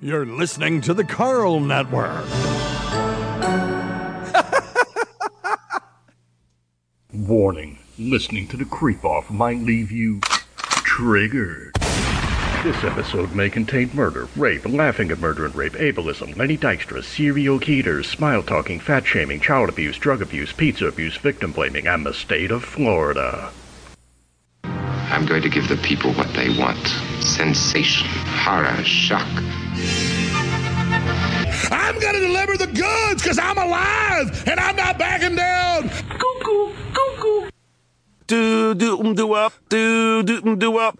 You're listening to the Carl Network. Warning listening to the creep off might leave you triggered. This episode may contain murder, rape, laughing at murder and rape, ableism, Lenny Dykstra, serial heaters, smile talking, fat shaming, child abuse, drug abuse, pizza abuse, victim blaming, and the state of Florida. I'm going to give the people what they want sensation, horror, shock. I'm going to deliver the goods because I'm alive and I'm not backing down. Do do um do up do do um do up.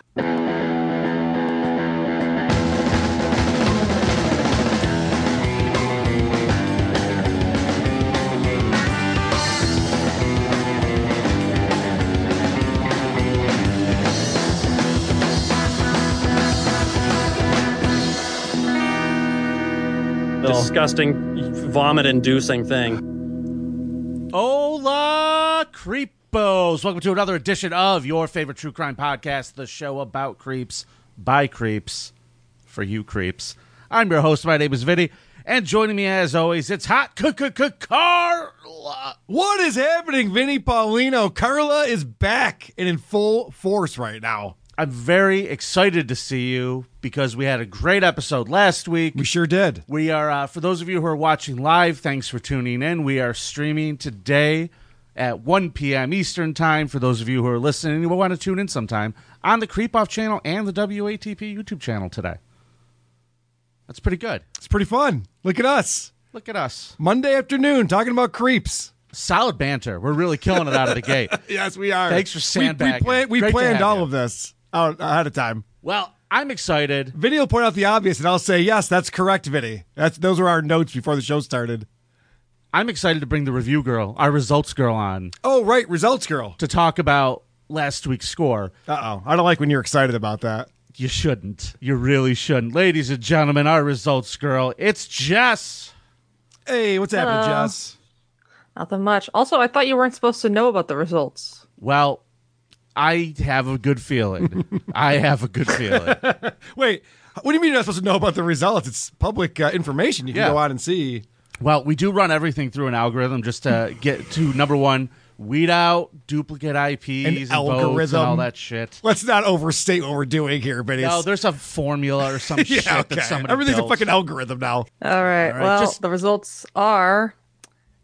disgusting, vomit-inducing thing. Hola, creepos! Welcome to another edition of your favorite true crime podcast, the show about creeps by creeps for you creeps. I'm your host. My name is Vinny, and joining me as always, it's Hot Carla. What is happening, Vinny Paulino? Carla is back and in full force right now. I'm very excited to see you because we had a great episode last week. We sure did. We are, uh, for those of you who are watching live, thanks for tuning in. We are streaming today at 1 p.m. Eastern Time. For those of you who are listening, you will want to tune in sometime on the Creep Off channel and the WATP YouTube channel today. That's pretty good. It's pretty fun. Look at us. Look at us. Monday afternoon talking about creeps. Solid banter. We're really killing it out of the gate. Yes, we are. Thanks for sandbagging. We, we, plan- we Great to planned have all you. of this out ahead of time. Well, I'm excited. Vinny will point out the obvious, and I'll say, yes, that's correct, Vinny. That's, those were our notes before the show started. I'm excited to bring the review girl, our results girl, on Oh, right. Results, girl. to talk about last week's score. Uh oh. I don't like when you're excited about that. You shouldn't. You really shouldn't. Ladies and gentlemen, our results girl, it's Jess. Hey, what's happening, Hello. Jess? Nothing much. Also, I thought you weren't supposed to know about the results. Well, I have a good feeling. I have a good feeling. Wait, what do you mean you're not supposed to know about the results? It's public uh, information. You can Yeah. go on and see. Well, we do run everything through an algorithm just to get to number one, weed out duplicate IPs and votes algorithm. and all that shit. Let's not overstate what we're doing here, Vinny. No, there's a formula or some shit yeah, okay. that somebody Everything's built. a fucking algorithm now. All right. well, just- the results are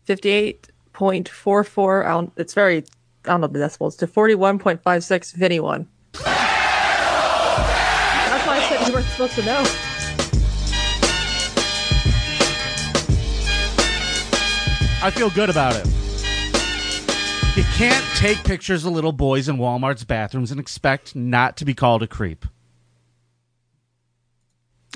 58.44. I don't- It's very, I don't know the decibels, to 41.56 Vinny one. That's why I said you weren't supposed to know. I feel good about it. You can't take pictures of little boys in Walmart's bathrooms and expect not to be called a creep.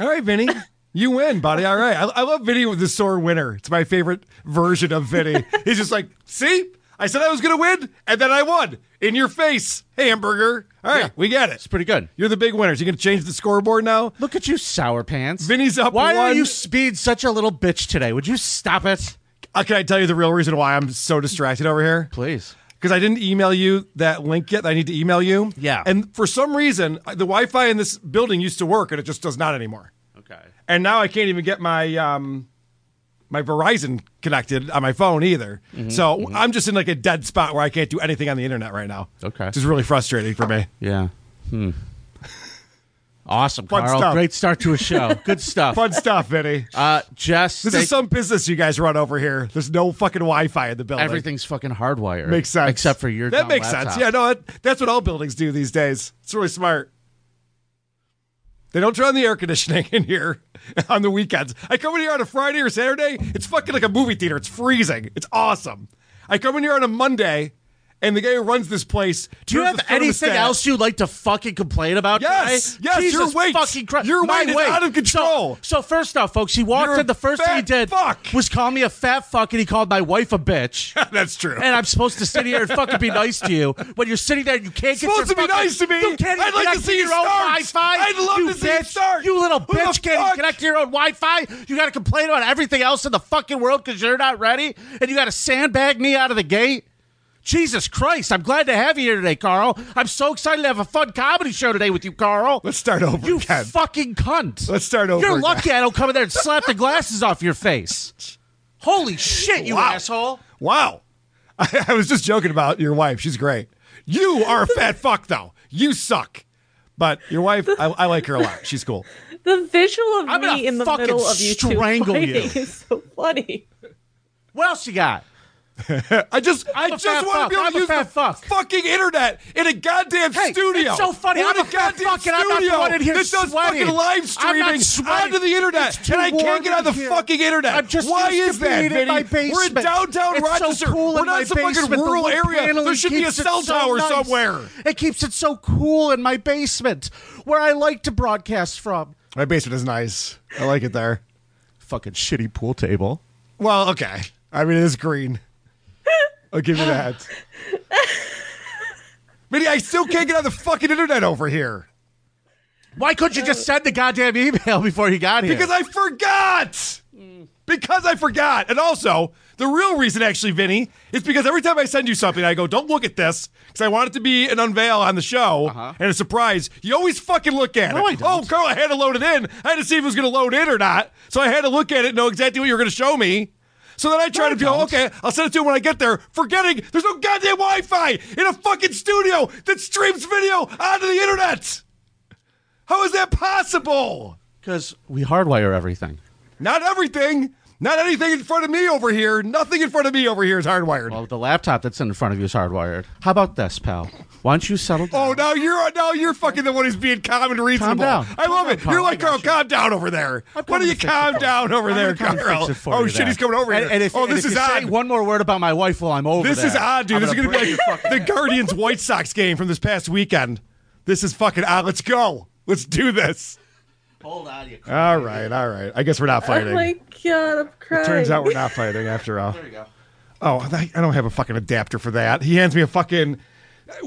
All right, Vinny. You win, buddy. All right. I, I love Vinny with the sore winner. It's my favorite version of Vinny. He's just like, see, I said I was going to win, and then I won. In your face, hamburger. All right, we got it. It's pretty good. You're the big winners. You going to change the scoreboard now? Look at you, sour pants. Vinny's up Why are one. you being such a little bitch today? Would you stop it? Uh, can I tell you the real reason why I'm so distracted over here? Please. because I didn't email you that link yet. That I need to email you. Yeah. And for some reason, the Wi-Fi in this building used to work, and it just does not anymore. Okay. And now I can't even get my um, my Verizon connected on my phone either. Mm-hmm. So I'm just in like a dead spot where I can't do anything on the internet right now. Okay. Which is really frustrating for me. Yeah. Hmm. Awesome, Fun Carl. stuff. Great start to a show. Good stuff. Fun stuff, Vinny. Uh, Jess, This thank- is some business you guys run over here. There's no fucking Wi-Fi in the building. everything's fucking hardwired. makes sense, Except for your That dumb makes sense. laptop. Yeah, no, that, that's what all buildings do these days. It's really smart. They don't turn on the air conditioning in here on the weekends. I come in here on a Friday or Saturday. It's fucking like a movie theater. It's freezing. It's awesome. I come in here on a Monday, and the guy who runs this place. Do you have anything else you'd like to fucking complain about? Yes, today? yes, Jesus your weight. fucking Christ. Your My weight is out of control. So, so first off, folks, he walked You're in. The first a thing he fat did fuck. was call me a fat fuck, and he called my wife a bitch. That's true. and I'm supposed to sit here and fucking be nice to you when you're sitting there and you can't get supposed your to be fucking- nice to me. You can't even I'd like connect to see your you own start. Wi-Fi. I'd love you to see you bitch, start. You little Who the bitch can't even fuck? connect to your own Wi-Fi. You got to complain about everything else in the fucking world because you're not ready, and you got to sandbag me out of the gate. Jesus Christ, I'm glad to have you here today, Carl. I'm so excited to have a fun comedy show today with you, Carl. Let's start over You again. fucking cunt. Let's start over You're again. lucky I don't come in there and slap the glasses off your face. Holy shit, you Wow. asshole. Wow. I, I was just joking about your wife. She's great. You are a fat fuck, though. You suck. But your wife, I, I like her a lot. She's cool. The visual of I'm gonna me in the fucking middle of you two strangle fighting you. is so funny. What else you got? I just, I'm I a just fat want fuck. to be able to I'm a use the fat fuck. fucking internet in a goddamn Hey, studio. it's so funny. In I'm a a fat goddamn fuck and I'm not the studio one in here that does sweating. fucking live I'm not streaming sweating. onto the internet, It's too and I can't warm get on the in here. fucking internet. I'm just Why used to is that, being in Vinny? my We're in basement. downtown It's so Rochester. cool We're in not my some fucking basement. The rural wood area. paneling There should be a keeps it cell so tower nice. somewhere. It keeps it so cool in my basement where I like to broadcast from. My basement is nice. I like it there. Fucking shitty pool table. Well, okay. I mean, it is green. I'll give you that. Minnie, I still can't get on the fucking internet over here Why couldn't you just send the goddamn email before you got here? because I forgot. Because I forgot. And also, the real reason, actually, Vinny, is because every time I send you something, I go, don't look at this because I want it to be an unveil on the show and a surprise. You always fucking look at Uh-huh. No, it. I don't. Oh, Carl, I had to load it in. I had to see if it was going to load in or not. So I had to look at it and know exactly what you were going to show me. So then I try to be, oh, okay, I'll send it to him when I get there, forgetting there's no goddamn Wi Fi in a fucking studio that streams video onto the internet. How is that possible? because we hardwire everything. Not everything. Not anything in front of me over here. Nothing in front of me over here is hardwired. Well, the laptop that's in front of you is hardwired. How about this, pal? Why don't you settle down? oh, now you're now you're fucking the one who's being calm and reasonable. down. I Calm love down, it. Carl. You're like I got Carl. you. Calm down over there. Why coming don't to you fix it calm for you. down over I'm there, gonna come and Carl? fix it for oh you shit, there. he's coming over and, here. And if, oh, and this if is you odd. Say one more word about my wife while I'm over this is is odd, dude. I'm This is gonna be break your like fucking the Guardians White Sox game from this past weekend. This is fucking odd. Let's go. Let's do this. Hold on, you. All right, all right. I guess we're not Oh my god, I'm crying. Turns out we're not fighting after all. There you go. Oh, I I don't have a fucking adapter for that. He hands me a fucking.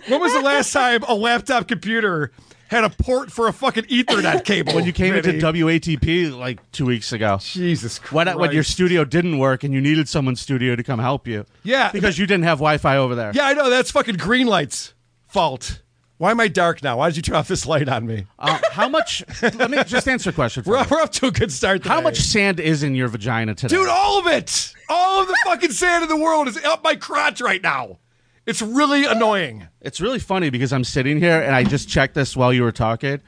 When was the last time a laptop computer had a port for a fucking Ethernet cable? When you came into Vinny? WATP like two weeks ago, Jesus Christ. when, when your studio didn't work and you needed someone's studio to come help you, Yeah. because you didn't have Wi-Fi over there. Yeah, I know. That's fucking green lights fault. Why am I dark now? Why did you turn off this light on me? Uh, how much? let me just answer a question. For We're, you. we're up to a good start today. How much sand is in your vagina today? Dude, oh. all of it. All of the fucking sand in the world is up my crotch right now. It's really annoying. It's really funny because I'm sitting here and I just checked this while you were talking.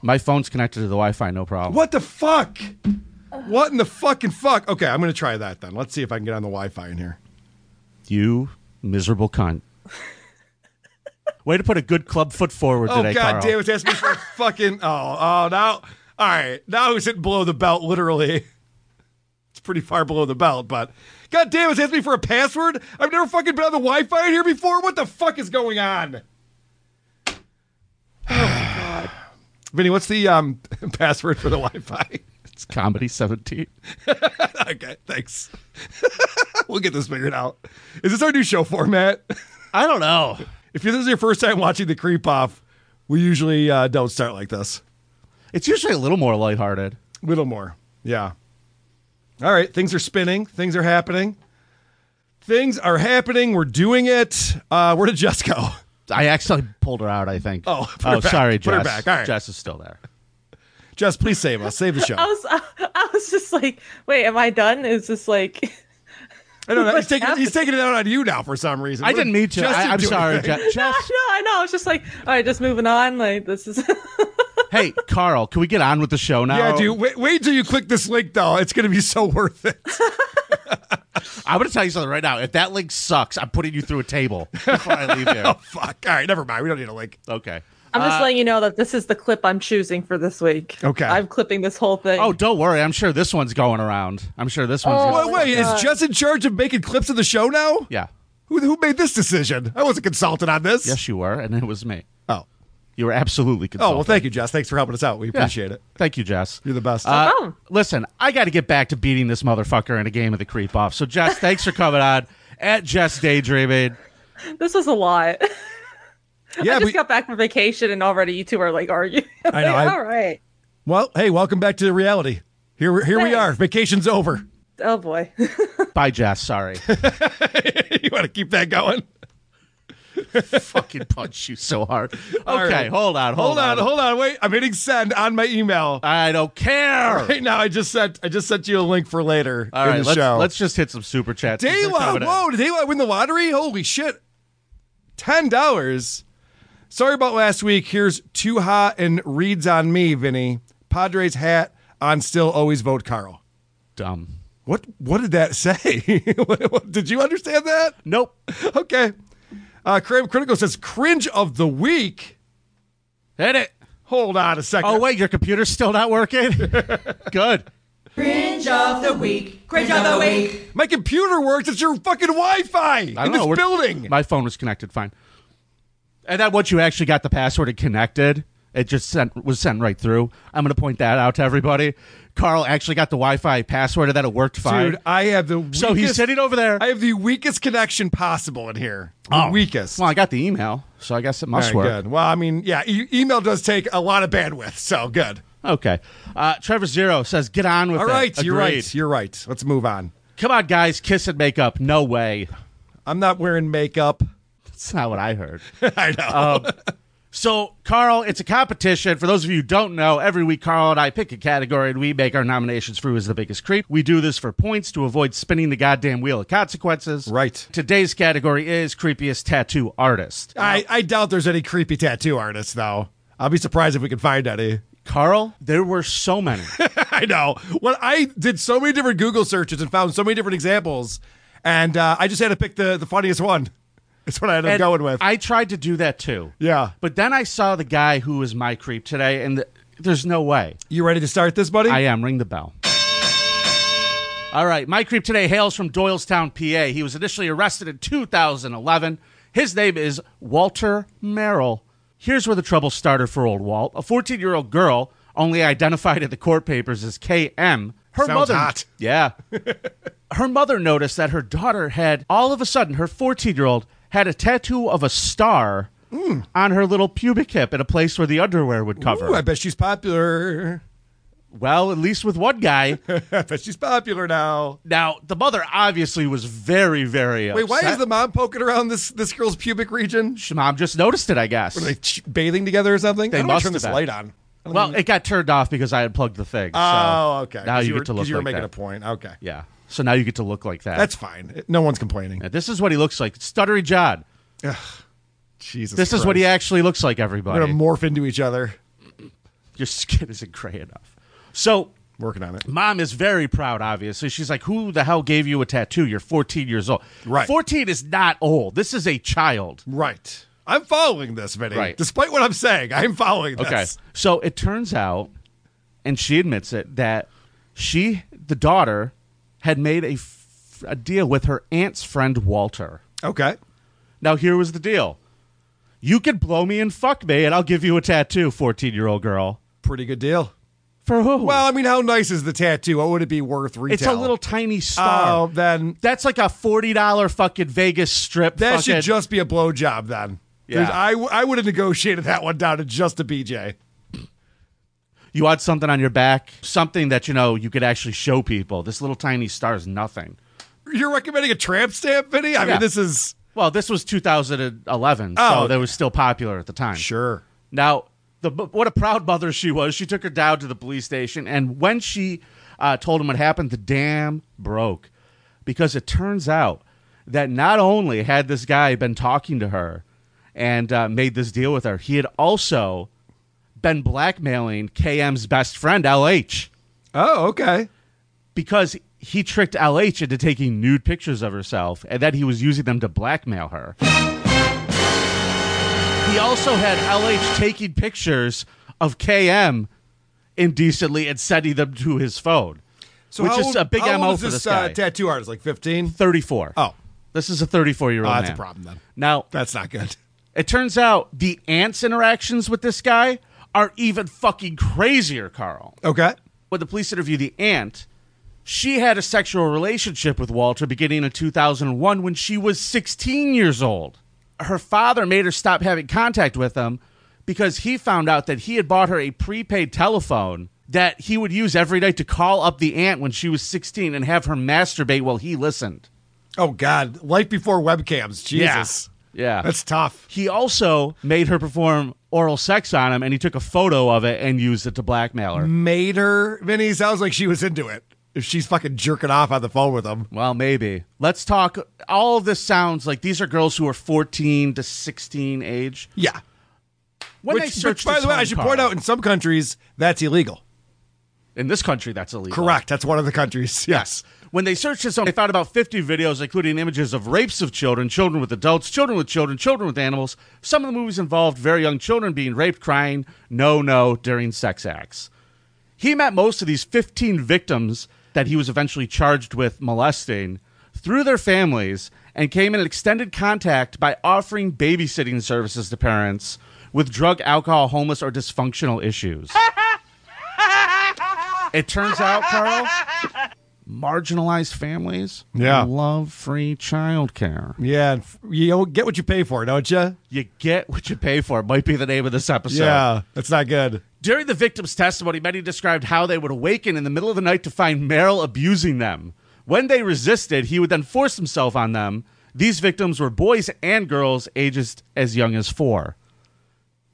My phone's connected to the Wi-Fi, no problem. What the fuck? What in the fucking fuck? Okay, I'm gonna try that then. Let's see if I can get on the Wi-Fi in here. You miserable cunt. Way to put a good club foot forward Oh today, god Carl. damn it! That's me for a fucking. Oh oh now. All right, now he's hitting below the belt. Literally, it's pretty far below the belt. But god damn it! Asked me for a password. I've never fucking been on the Wi-Fi in here before. What the fuck is going on? Vinny, what's the um, password for the Wi-Fi? It's comedy 17. okay, thanks. we'll get this figured out. Is this our new show format? I don't know. If this is your first time watching the creep off, we usually uh, don't start like this. It's usually a little more lighthearted. little more. Yeah. All right. Things are spinning. Things are happening. Things are happening. We're doing it. Uh, where did Jess go? I accidentally pulled her out, I think. Oh, put her oh back. sorry, Put Jess. her back. All right. Jess is still there. Jess, please save us. Save the show. Oh, I was, I, was just like, wait, am I done? It's just like, I don't know. He's what's taking, he's happening? taking it out on you now for some reason. I What didn't did mean to. Jess I, didn't I'm do sorry, anything? Je- no, Jess. no, I know. I was just like, all right, just moving on. Like this is. hey, Carl, can we get on with the show now? Yeah, dude. Wait, wait till you click this link, though. It's going to be so worth it. I'm going to tell you something right now. If that link sucks, I'm putting you through a table before I leave here. Fuck. All right. Never mind. We don't need a link. Okay. I'm just letting you know that this is the clip I'm choosing for this week. Uh, Okay. I'm clipping this whole thing. Oh, don't worry. I'm sure this one's going around. I'm sure this one's. Oh Wait, going my wait. Is God. Jess in charge of making clips of the show now? Yeah. Who, who made this decision? I wasn't consulted on this. Yes, you were, and it was me. Oh. You were absolutely Oh, consulted. well, thank you, Jess. Thanks for helping us out. We Yeah. appreciate it. Thank you, Jess. You're the best. Uh, problem. listen, I got to get back to beating this motherfucker in a game of the creep off. So, Jess, thanks for coming on at Jess Daydreaming. This was a lot. yeah, I just we- got back from vacation and already you two are like arguing. I'm I know, like, I- all right. Well, hey, welcome back to reality. Here, here we Thanks. are. Vacation's over. Oh boy. Bye, Jess. Sorry. you want to keep that going? fucking punch you so hard. Okay, right. hold on, hold, Hold on, hold on, wait. I'm hitting send on my email. I don't care. Right now, I just sent I just sent you a link for later All in right, the let's, show. let's just hit some super chats. 'cause they're Daylight. coming in. Whoa, did Daylight win the lottery? Holy shit. Ten dollars. Sorry about last week. Here's too hot and reads on me, Vinny. Padres hat on still always vote Carl. dumb. What what did that say? What- what- did you understand that? Nope. Okay. Uh Crave Critical says cringe of the week. Hit it. Hold on a second. Oh wait, your computer's still not working. Good. Cringe of the week. Cringe of the week. My computer works. It's your fucking Wi-Fi in I don't this know, we're- building. My phone was connected fine. And then once you actually got the password and connected, it just sent was sent right through. I'm going to point that out to everybody. Carl actually got the Wi-Fi password and that it worked fine. Dude, I have the weakest, so he's sitting over there. I have the weakest connection possible in here. Oh. The weakest. well, I got the email, so I guess it All must right, work. good. Well, I mean, yeah, e- email does take a lot of bandwidth, so good. Okay. Uh, Trevor Zero says, "Get on with All it." right, you're Agreed. right. You're right. Let's move on. Come on, guys, kiss and make up. No way. I'm not wearing makeup. That's not what I heard. I know. Oh, So, Carl, it's a competition. For those of you who don't know, every week Carl and I pick a category and we make our nominations for who is the biggest creep. We do this for points to avoid spinning the goddamn wheel of consequences. Right. Today's category is creepiest tattoo artist. I, I doubt there's any creepy tattoo artists, though. I'll be surprised if we can find any. Carl, there were so many. I know. Well, I did so many different Google searches and found so many different examples, and uh, I just had to pick the, the funniest one. That's what I ended up And going with. I tried to do that too. Yeah. But then I saw the guy who was my creep today, and th- there's no way. you ready to start this, buddy? I am. Ring the bell. All right. My creep today hails from Doylestown, PA. He was initially arrested in 2011. His name is Walter Merrill. Here's where the trouble started for old Walt. A 14 year old girl, only identified in the court papers as KM. Her Sounds mother. hot. Yeah. her mother noticed that her daughter had, all of a sudden, her 14 year old had a tattoo of a star on her little pubic hip in a place where the underwear would cover. Hmm. Ooh, I bet she's popular. well, at least with one guy. I bet she's popular now. Now, the mother obviously was very, very Wait, upset. why is the mom poking around this this girl's pubic region? the mom just noticed it? I guess. Are they ch- bathing together or something? They How do I must turn have this been. light on? I don't well, even- it got turned off because I had plugged the thing. so oh, okay. 'Cause Now you, were, get to 'cause look you were like making that. a point. Okay, Yeah. So now you get to look like that. that's fine. It- No one's complaining. Now, this is what he looks like. Stuttery John. Jesus, This is what he Christ. actually looks like. We're Everybody, gonna morph into each other. your skin isn't gray enough. So Working on it. mom is very proud obviously she's like who the hell gave you a tattoo you're 14 years old Right. 14 is not old this is a child Right. I'm following this, Vinny. Right. Despite what I'm saying, I'm following this. Okay. So it turns out, and she admits it, that she, the daughter, had made a, f- a deal with her aunt's friend, Walter. Okay. Now, here was the deal you could blow me and fuck me, and I'll give you a tattoo, 14 year old girl. Pretty good deal. For who? Well, I mean, how nice is the tattoo? What would it be worth retail? it's a little tiny star. Oh, then That's like a $40 fucking Vegas strip. that fucking- should just be a blowjob then. There's- Yeah. I, w- I would have negotiated that one down to just a BJ. You want something on your back, something that, you know, you could actually show people. This little tiny star is nothing. You're recommending a tramp stamp, Vinny? I Yeah. mean, this is. Well, this was 2011, Oh, so okay. that was still popular at the time. Sure. Now, the what a proud mother she was. She took her down to the police station, and when she uh, told him what happened, the dam broke because it turns out that not only had this guy been talking to her and uh, made this deal with her, he had also been blackmailing KM's best friend LH Oh, okay. because he tricked LH into taking nude pictures of herself and that he was using them to blackmail her. He also had LH taking pictures of KM indecently and sending them to his phone. So which how is old- a big how old MO is for this, this guy. Uh, tattoo artist, like 15? 34. Oh. This is a 34 year old. Oh, that's a problem then. Now, That's not good. it turns out the aunt's interactions with this guy are even fucking crazier, Carl Okay. when the police interviewed the aunt, she had a sexual relationship with Walter beginning in 2001 when she was 16 years old. Her father made her stop having contact with him because he found out that he had bought her a prepaid telephone that he would use every night to call up the aunt when she was 16 and have her masturbate while he listened. Oh, God. Life before webcams. Jesus. Yeah. That's tough. He also made her perform oral sex on him, and he took a photo of it and used it to blackmail her. Made her, Vinny, sounds like she was into it. If she's fucking jerking off on the phone with him. Well, maybe. Let's talk. All of this sounds like these are girls who are 14 to 16 age. Yeah. When which, they searched which, by his the way, I home, should Carl, point out in some countries, that's illegal. in this country that's illegal. Correct. That's one of the countries. Yes. When they searched his home, they found about 50 videos, including images of rapes of children, children with adults, children with children, children with animals. Some of the movies involved very young children being raped, crying, no, no, during sex acts. He met most of these 15 victims that he was eventually charged with molesting through their families and came in extended contact by offering babysitting services to parents with drug, alcohol, homeless, or dysfunctional issues. It turns out, Carl, marginalized families Yeah. love free childcare. Yeah. and f- You don't get what you pay for, don't you? You get what you pay for, might be the name of this episode. Yeah. That's not good. During the victim's testimony, many described how they would awaken in the middle of the night to find Merrill abusing them. When they resisted, he would then force himself on them. These victims were boys and girls, ages as young as four.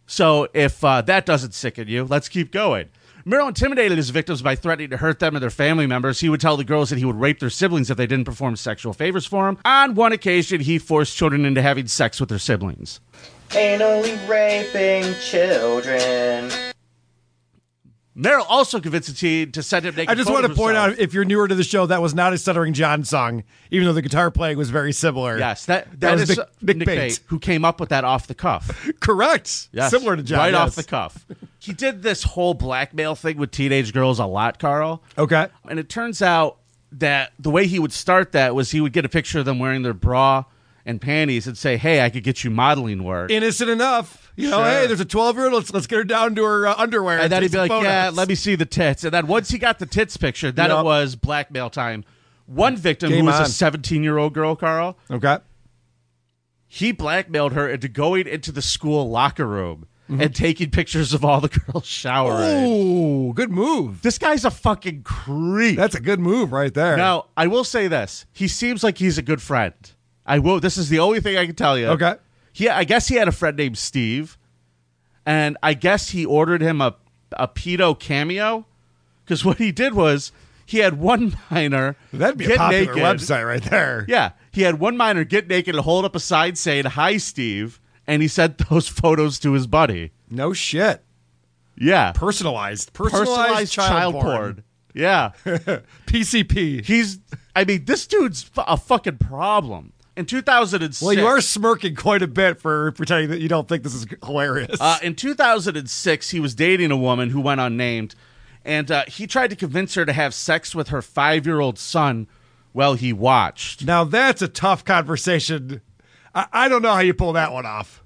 So if uh, that doesn't sicken you, let's keep going. Merrill intimidated his victims by threatening to hurt them and their family members. He would tell the girls that he would rape their siblings if they didn't perform sexual favors for him. On one occasion, he forced children into having sex with their siblings. Anally raping children. Merrill also convinced the teen to send him naked I just want photos to of point himself. out if you're newer to the show, that was not a Stuttering John song, even though the guitar playing was very similar. Yes, that that, was is Nick- uh, Nick Nick Bates. Bate, who came up with that off the cuff. Correct. Yes, Similar to John. right off yes. the cuff. He did this whole blackmail thing with teenage girls a lot, Carl. Okay. And it turns out that the way he would start that was he would get a picture of them wearing their bra and panties and say, "Hey, I could get you modeling work." Innocent enough. You know, Sure. hey, there's a 12 year old. Let's, let's get her down to her uh, underwear. and then take he'd be some like, "Yeah, photos." let me see the tits." And then once he got the tits picture, then Yup. it was blackmail time. One victim Game who was on. a 17-year-old girl, Carl, Okay. he blackmailed her into going into the school locker room Mm-hmm. and taking pictures of all the girls Oh. showering. Ooh, good move. This guy's a fucking creep. That's a good move right there. now, I will say this. He seems like he's a good friend. I will. This is the only thing I can tell you. Okay. He, I guess he had a friend named Steve, and I guess he ordered him a, a pedo cameo because what he did was he had one minor That'd be get a popular naked. website right there. Yeah. He had one miner get naked and hold up a sign saying, Hi, Steve. And he sent those photos to his buddy. No shit. Yeah. Personalized. Personalized, child, porn. Yeah. PCP. He's, I mean, this dude's f- a fucking problem. In 2006. Well, you are smirking quite a bit for pretending that you don't think this is hilarious. Uh, in 2006, he was dating a woman who went unnamed, and uh, he tried to convince her to have sex with her five year old son while he watched. now that's a tough conversation. I, I don't know how you pull that one off.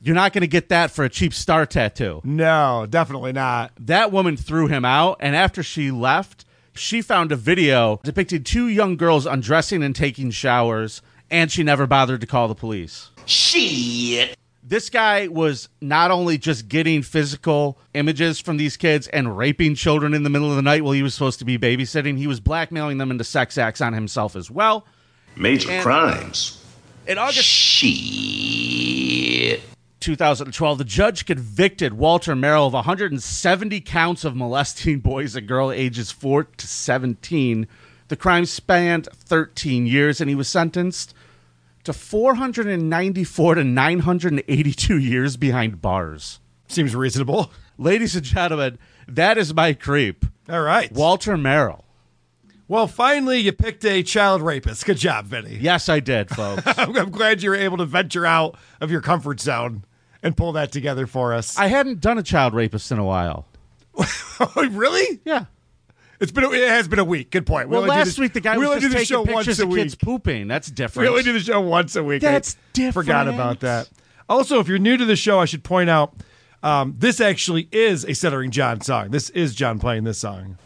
You're not going to get that for a cheap star tattoo. No, definitely not. that woman threw him out and after she left she found a video depicting two young girls undressing and taking showers and she never bothered to call the police Shit. this guy was not only just getting physical images from these kids and raping children in the middle of the night while he was supposed to be babysitting he was blackmailing them into sex acts on himself as well Major And- crimes. in august Shit. 2012, the judge convicted Walter Merrill of 170 counts of molesting boys and girls ages 4 to 17. The crime spanned 13 years, and he was sentenced to 494 to 982 years behind bars. Seems reasonable. Ladies and gentlemen, that is my creep, All right. Walter Merrill. Well, finally, you picked a child rapist. Good job, Vinny. Yes, I did, folks. I'm, I'm glad you were able to venture out of your comfort zone and pull that together for us. I hadn't done a child rapist in a while. really? Yeah. It's been. a- It has been a week. Good point. We Well, only do last this- week the guy we only was do just taking the show pictures once a of kids week. pooping. That's different. We only do the show once a week. That's I Forgot different. about that. Also, if you're new to the show, I should point out um, this actually is a Stuttering John song. This is John playing this song.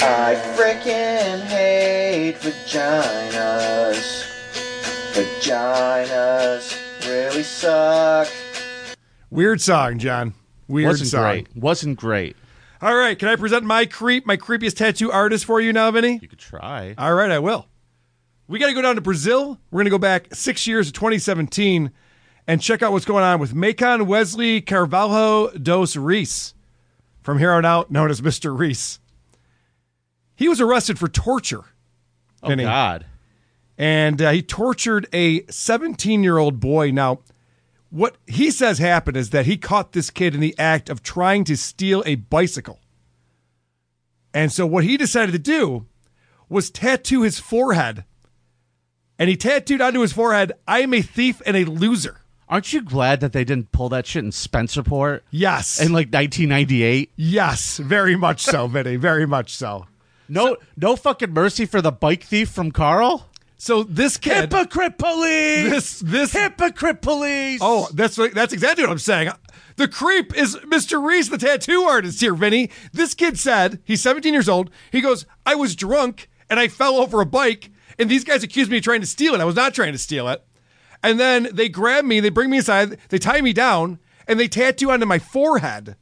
I frickin' hate vaginas. Vaginas really suck. Weird song, John. Weird Wasn't song. great. Wasn't great. All right, can I present my creep, my creepiest tattoo artist for you now, Vinny? You could try. All right, I will. We got to go down to Brazil. We're going to go back six years to 2017 and check out what's going on with Macon Wesley Carvalho dos Reis, from here on out known as Mr. Reese. He was arrested for torture. Oh, God. And uh, he tortured a 17 year old boy. Now, what he says happened is that he caught this kid in the act of trying to steal a bicycle. And so what he decided to do was tattoo his forehead. And he tattooed onto his forehead, I am a thief and a loser. Aren't you glad that they didn't pull that shit in Spencerport? Yes. In like 1998? Yes, very much so, Vinny. Very much so. No no fucking mercy for the bike thief from Carl? So this kid Hypocrite police! This- this- Hypocrite police! Oh, that's what, that's exactly what I'm saying. The creep is Mr. Reese, the tattoo artist here, Vinny. This kid said, he's 17 years old. He goes, I was drunk and I fell over a bike, and these guys accused me of trying to steal it. I was not trying to steal it. And then they grab me, they bring me inside, they tie me down, and they tattoo onto my forehead.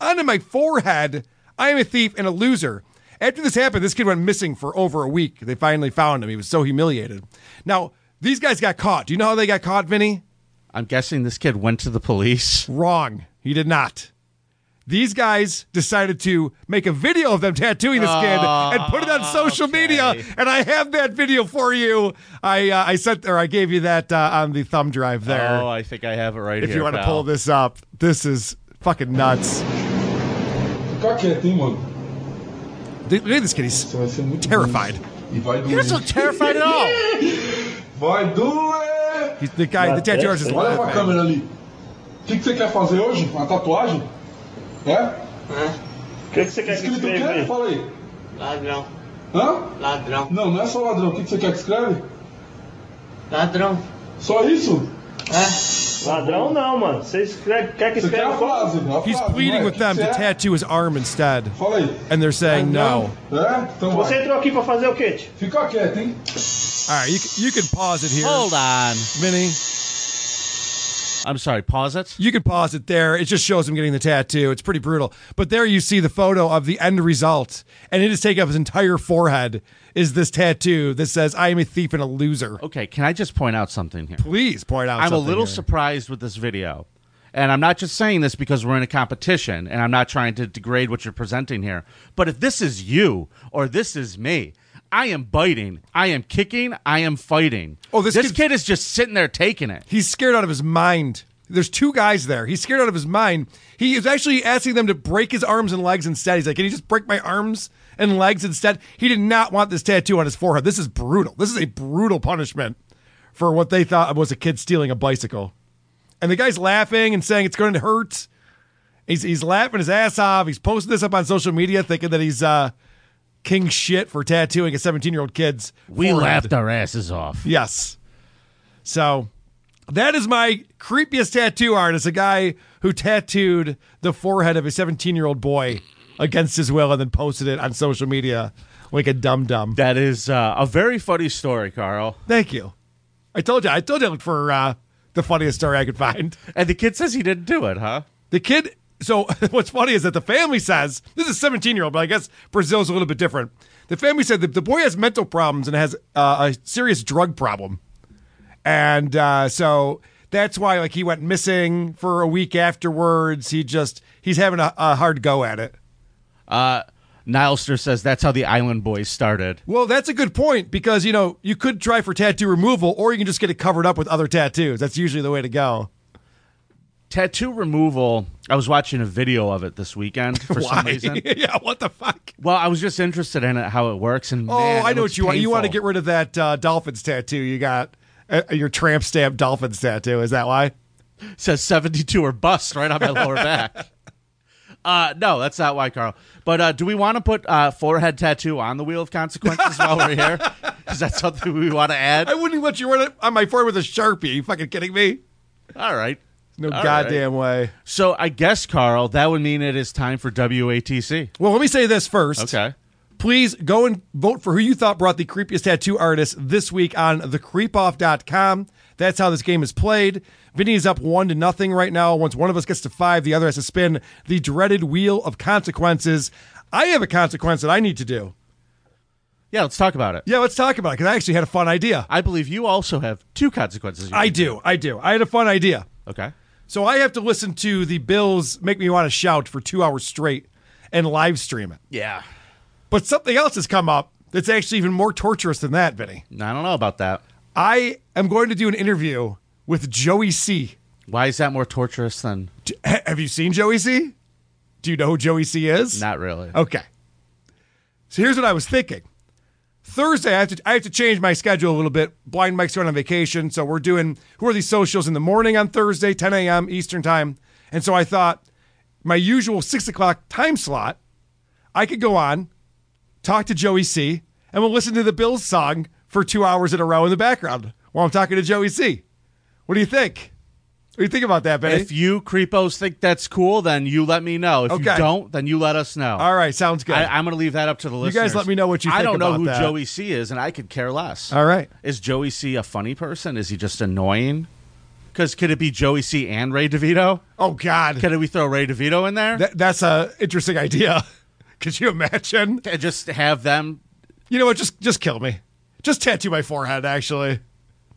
Onto my forehead, I am a thief and a loser. After this happened, this kid went missing for over a week. They finally found him. He was so humiliated. Now, these guys got caught. Do you know how they got caught, Vinny? I'm guessing this kid went to the police. Wrong. He did not. These guys decided to make a video of them tattooing this kid and put it on Ah, social media. And I have that video for you. I uh, I sent or I gave you that uh, on the thumb drive there. Oh, I think I have it right if here. you want to pal. pull this up, this is fucking nuts. Ficar quietinho, mano. Look at this kid. He's Você vai ser muito terrified. bom. E vai doer. You're not so terrified at all. Vai doer! He's, the guy, the tattoo artist is Olha pra laughing. câmera ali. O que, que você quer fazer hoje? Uma tatuagem? É? O que, que você quer que Escrito o escreva quê? aí? Fala aí. Ladrão, Hã? ladrão, Não, não é só ladrão. O que, que você quer que escreve? ladrão. Só isso? É? Ladrão não, mano. Você escreve, quer que Você quer escreva a frase? A He's frase, pleading moleque. with them Você to é- tattoo his arm instead. Fala aí. And they're saying no. É? Então Você vai. entrou aqui pra fazer o quê? tio? Fica quieto, hein? All right, you, c- you can pause it here. Hold on. Vinny, I'm sorry, pause it. you can pause it there. It just shows him getting the tattoo. It's pretty brutal. But there you see the photo of the end result, and it is taking up his entire forehead. Is this tattoo that says "I am a thief and a loser"? Okay, can I just point out something here? Please point out. Oh. I'm a something little here. surprised with this video. And I'm not just saying this because we're in a competition and I'm not trying to degrade what you're presenting here. But if this is you or this is me, I am biting, I am kicking, I am fighting. Oh, this kid's- kid is just sitting there taking it. He's scared out of his mind. There's two guys there. He's scared out of his mind. He is actually asking them to break his arms and legs instead. He's like, "Can you just break my arms and legs instead?" He did not want this tattoo on his forehead. This is brutal. This is a brutal punishment for what they thought was a kid stealing a bicycle. And the guy's laughing and saying it's going to hurt. He's he's laughing his ass off. He's posting this up on social media, thinking that he's uh, king shit for tattooing a 17 year old kid's. We forehead. laughed our asses off. Yes. So that is my creepiest tattoo artist, a guy who tattooed the forehead of a 17 year old boy against his will and then posted it on social media like a dum dum. That is uh, a very funny story, Carl. Thank you. I told you, I told you I looked for uh, the funniest story I could find. And the kid says he didn't do it, huh? The kid. So what's funny is that the family says this is a 17 year old, but I guess Brazil's a little bit different. The family said that the boy has mental problems and has uh, a serious drug problem, and uh, so that's why like he went missing for a week afterwards. He just he's having a, a hard go at it. Uh, Nilester says that's how the Island Boys started. Well, that's a good point because you know you could try for tattoo removal, or you can just get it covered up with other tattoos. That's usually the way to go. Tattoo removal. I was watching a video of it this weekend for some reason. yeah, what the fuck? Well, I was just interested in it, how it works, and Oh, man, I it know looks what you want. You want to get painful. rid of that uh, Dolphins tattoo you got, uh, your tramp stamp Dolphins tattoo. Is that why? It says seventy two or bust right on my lower back. Uh, no, that's not why, Carl. But uh, do we want to put uh, forehead tattoo on the wheel of consequences while we're here? Is that something we want to add? I wouldn't let you run it on my phone with a sharpie. you fucking kidding me? All right. No All goddamn way. So I guess, Carl, that would mean it is time for WATC. Well, let me say this first. Okay. Please go and vote for who you thought brought the creepiest tattoo artist this week on thecreepoff.com. That's how this game is played. Vinny is up one to nothing right now. Once one of us gets to five, the other has to spin the dreaded wheel of consequences. I have a consequence that I need to do. Yeah, let's talk about it. Yeah, let's talk about it because I actually had a fun idea. I believe you also have two consequences. you I can do. I do. I had a fun idea. Okay. So I have to listen to the Bills make me want to shout for two hours straight and live stream it. Yeah. But something else has come up that's actually even more torturous than that, Vinny. I don't know about that. I am going to do an interview with Joey C. Why is that more torturous than? Have you seen Joey C? Do you know who Joey C is? Not really. Okay. So here's what I was thinking. Thursday, I have to I have to change my schedule a little bit. Blind Mike's going on vacation, so we're doing who are these socials in the morning on Thursday, 10 a.m. Eastern time. And so I thought my usual six o'clock time slot, I could go on, talk to Joey C, and we'll listen to the Bills song for two hours in a row in the background while I'm talking to Joey C. What do you think? What do you think about that, Benny? If you creepos think that's cool, then you let me know. If Okay. you don't, then you let us know. All right, sounds good. I, I'm going to leave that up to the You guys listeners. let me know what you I think don't know about who that. Joey C is, and I could care less. All right. Is Joey C a funny person? Is he just annoying? Because could it be Joey C and Ray DeVito? Oh God! Could we throw Ray DeVito in there? That, that's a interesting idea. Could you imagine? just have them. You know what? Just just kill me. Just tattoo my forehead. Actually,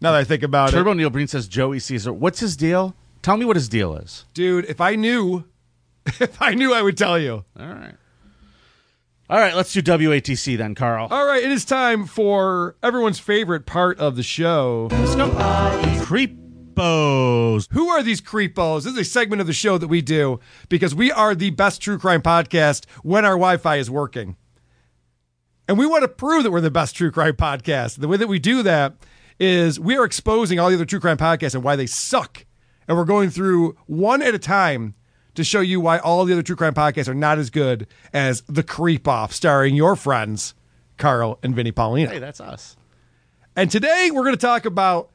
now that I think about Turbo it, Neil Breen says Joey Caesar. What's his deal? Tell me what his deal is. dude. If I knew, if I knew, I would tell you. All right. All right, let's do WATC then, Carl. All right, it is time for everyone's favorite part of the show. Let's go. Creepos. Who are these creepos? This is a segment of the show that we do because we are the best true crime podcast when our Wi Fi is working. And we want to prove that we're the best true crime podcast. The way that we do that is we are exposing all the other true crime podcasts and why they suck. And we're going through one at a time to show you why all the other true crime podcasts are not as good as The Creep Off, starring your friends, Carl and Vinny Paulino. Hey, that's us. And today we're going to talk about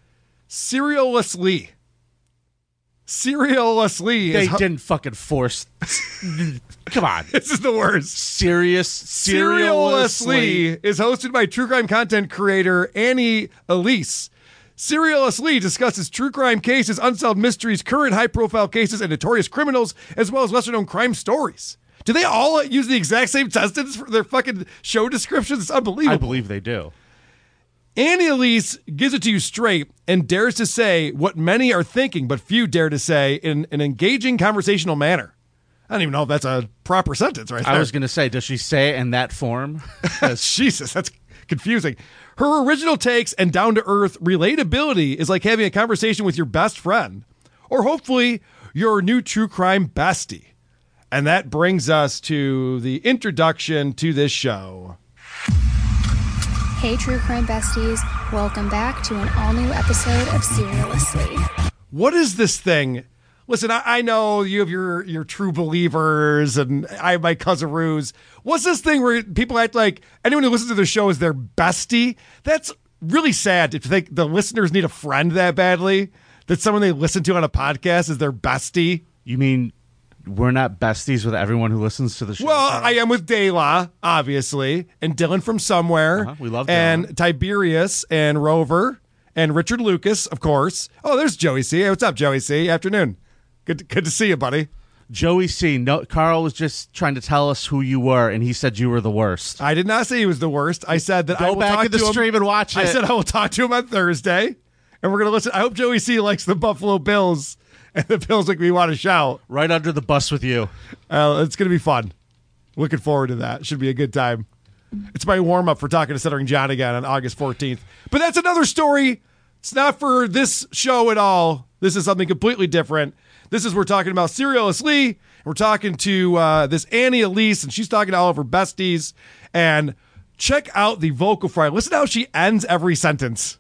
Serialless Lee. Serialless Lee They is hu- didn't fucking force. Come on. this is the worst. Serious. Serialless Seriously. Lee is hosted by true crime content creator Annie Elise. Serialless Lee discusses true crime cases, unsolved mysteries, current high profile cases, and notorious criminals, as well as lesser known crime stories. Do they all use the exact same testings for their fucking show descriptions? It's unbelievable. I believe they do. Annie Elise gives it to you straight and dares to say what many are thinking, but few dare to say in an engaging conversational manner. I don't even know if that's a proper sentence right there. I was going to say, does she say it in that form? Jesus, that's confusing. Her original takes and down to earth relatability is like having a conversation with your best friend, or hopefully your new true crime bestie. And that brings us to the introduction to this show. Hey, true crime besties. Welcome back to an all new episode of Serialistly. what is this thing? Listen, I, I know you have your your true believers, and I have my cousin Ruse. What's this thing where people act like anyone who listens to the show is their bestie? That's really sad to think the listeners need a friend that badly. That someone they listen to on a podcast is their bestie. You mean we're not besties with everyone who listens to the show? Well, I am with Dayla, obviously, and Dylan from somewhere. Uh-huh, we love and Tiberius and Rover and Richard Lucas, of course. Oh, there's Joey C. Hey, what's up, Joey C? Afternoon. Good, good to see you, buddy. Joey C. No, Carl was just trying to tell us who you were, and he said you were the worst. I did not say he was the worst. I said that Go I will back talk in the to him- stream and watch I it. said I will talk to him on Thursday, and we're gonna listen. I hope Joey C likes the Buffalo Bills, and the Bills make me want to shout. Right under the bus with you. Uh, it's gonna be fun. Looking forward to that. Should be a good time. It's my warm up for talking to Stuttering John again on August fourteenth. But that's another story. It's not for this show at all. This is something completely different. This is we're talking about Serialist Lee. and We're talking to uh, this Annie Elise, and she's talking to all of her besties. And check out the vocal fry. Listen to how she ends every sentence.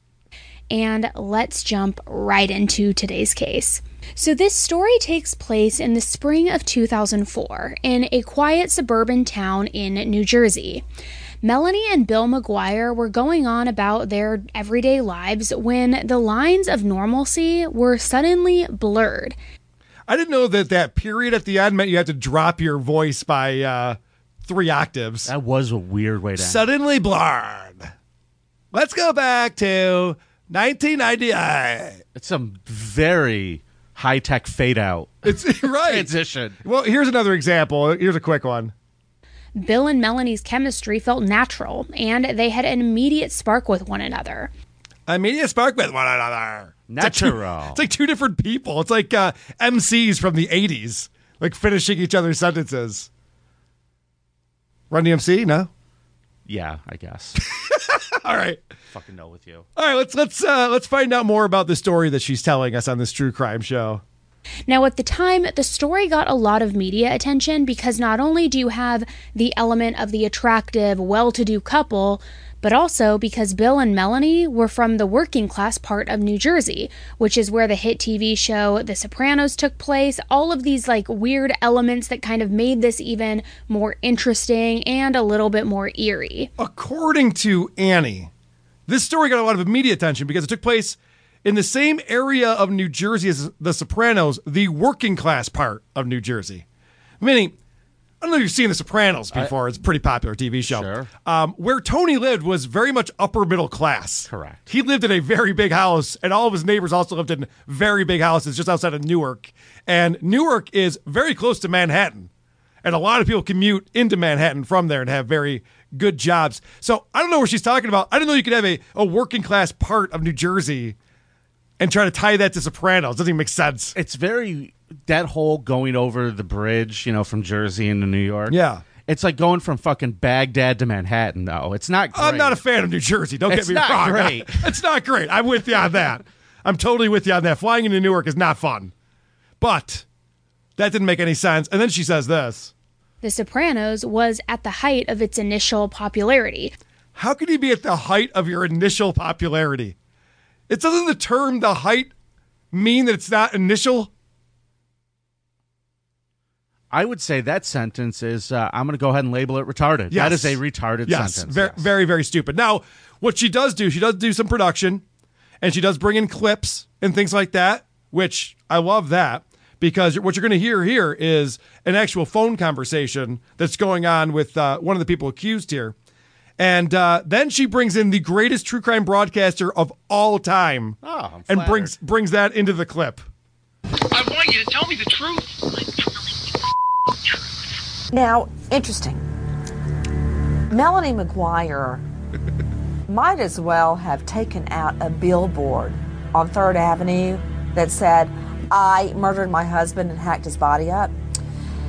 And let's jump right into today's case. So, this story takes place in the spring of 2004 in a quiet suburban town in New Jersey. Melanie and Bill McGuire were going on about their everyday lives when the lines of normalcy were suddenly blurred. I didn't know that that period at the end meant you had to drop your voice by uh, three octaves. That was a weird way to end. Suddenly blurred. Let's go back to 1998. It's some very high tech fade out It's right. transition. Well, here's another example. Here's a quick one. Bill and Melanie's chemistry felt natural, and they had an immediate spark with one another. Immediate spark with one another. Natural. It's like two, it's like two different people. It's like uh, MCs from the 80s, like finishing each other's sentences. Run DMC? No? Yeah, I guess. All right. Fucking no with you. All right, let's let's uh, let's find out more about the story that she's telling us on this true crime show. Now, at the time, the story got a lot of media attention because not only do you have the element of the attractive, well to do couple, but also because Bill and Melanie were from the working class part of New Jersey, which is where the hit TV show The Sopranos took place. All of these like weird elements that kind of made this even more interesting and a little bit more eerie. According to Annie, this story got a lot of media attention because it took place in the same area of New Jersey as The Sopranos, the working class part of New Jersey. Meaning, I don't know if you've seen The Sopranos before. it's a pretty popular TV show. Um, where Tony lived was very much upper middle class. Correct. He lived in a very big house, and all of his neighbors also lived in very big houses just outside of Newark. And Newark is very close to Manhattan. And a lot of people commute into Manhattan from there and have very good jobs. So I don't know what she's talking about. I didn't know you could have a, a working class part of New Jersey and try to tie that to Sopranos. Doesn't even make sense. It's very that whole going over the bridge, you know, from Jersey into New York. Yeah. It's like going from fucking Baghdad to Manhattan, though. It's not great. I'm not a fan of New Jersey. Don't It's get me not wrong. great. it's not great. I'm with you on that. I'm totally with you on that. Flying into Newark is not fun. But that didn't make any sense. And then she says this The Sopranos was at the height of its initial popularity. How could you be at the height of your initial popularity? It doesn't the term the height mean that it's not initial? I would say that sentence is. Uh, I'm going to go ahead and label it retarded. That is Yes. a retarded yes. sentence. Ver- Very, very stupid. Now, what she does do, she does do some production and she does bring in clips and things like that, which I love that because what you're going to hear here is an actual phone conversation that's going on with uh, one of the people accused here. And uh, then she brings in the greatest true crime broadcaster of all time Oh, and brings brings that into the clip. I want you to tell me the truth. Now, interesting. Melanie McGuire might as well have taken out a billboard on Third Avenue that said, I murdered my husband and hacked his body up.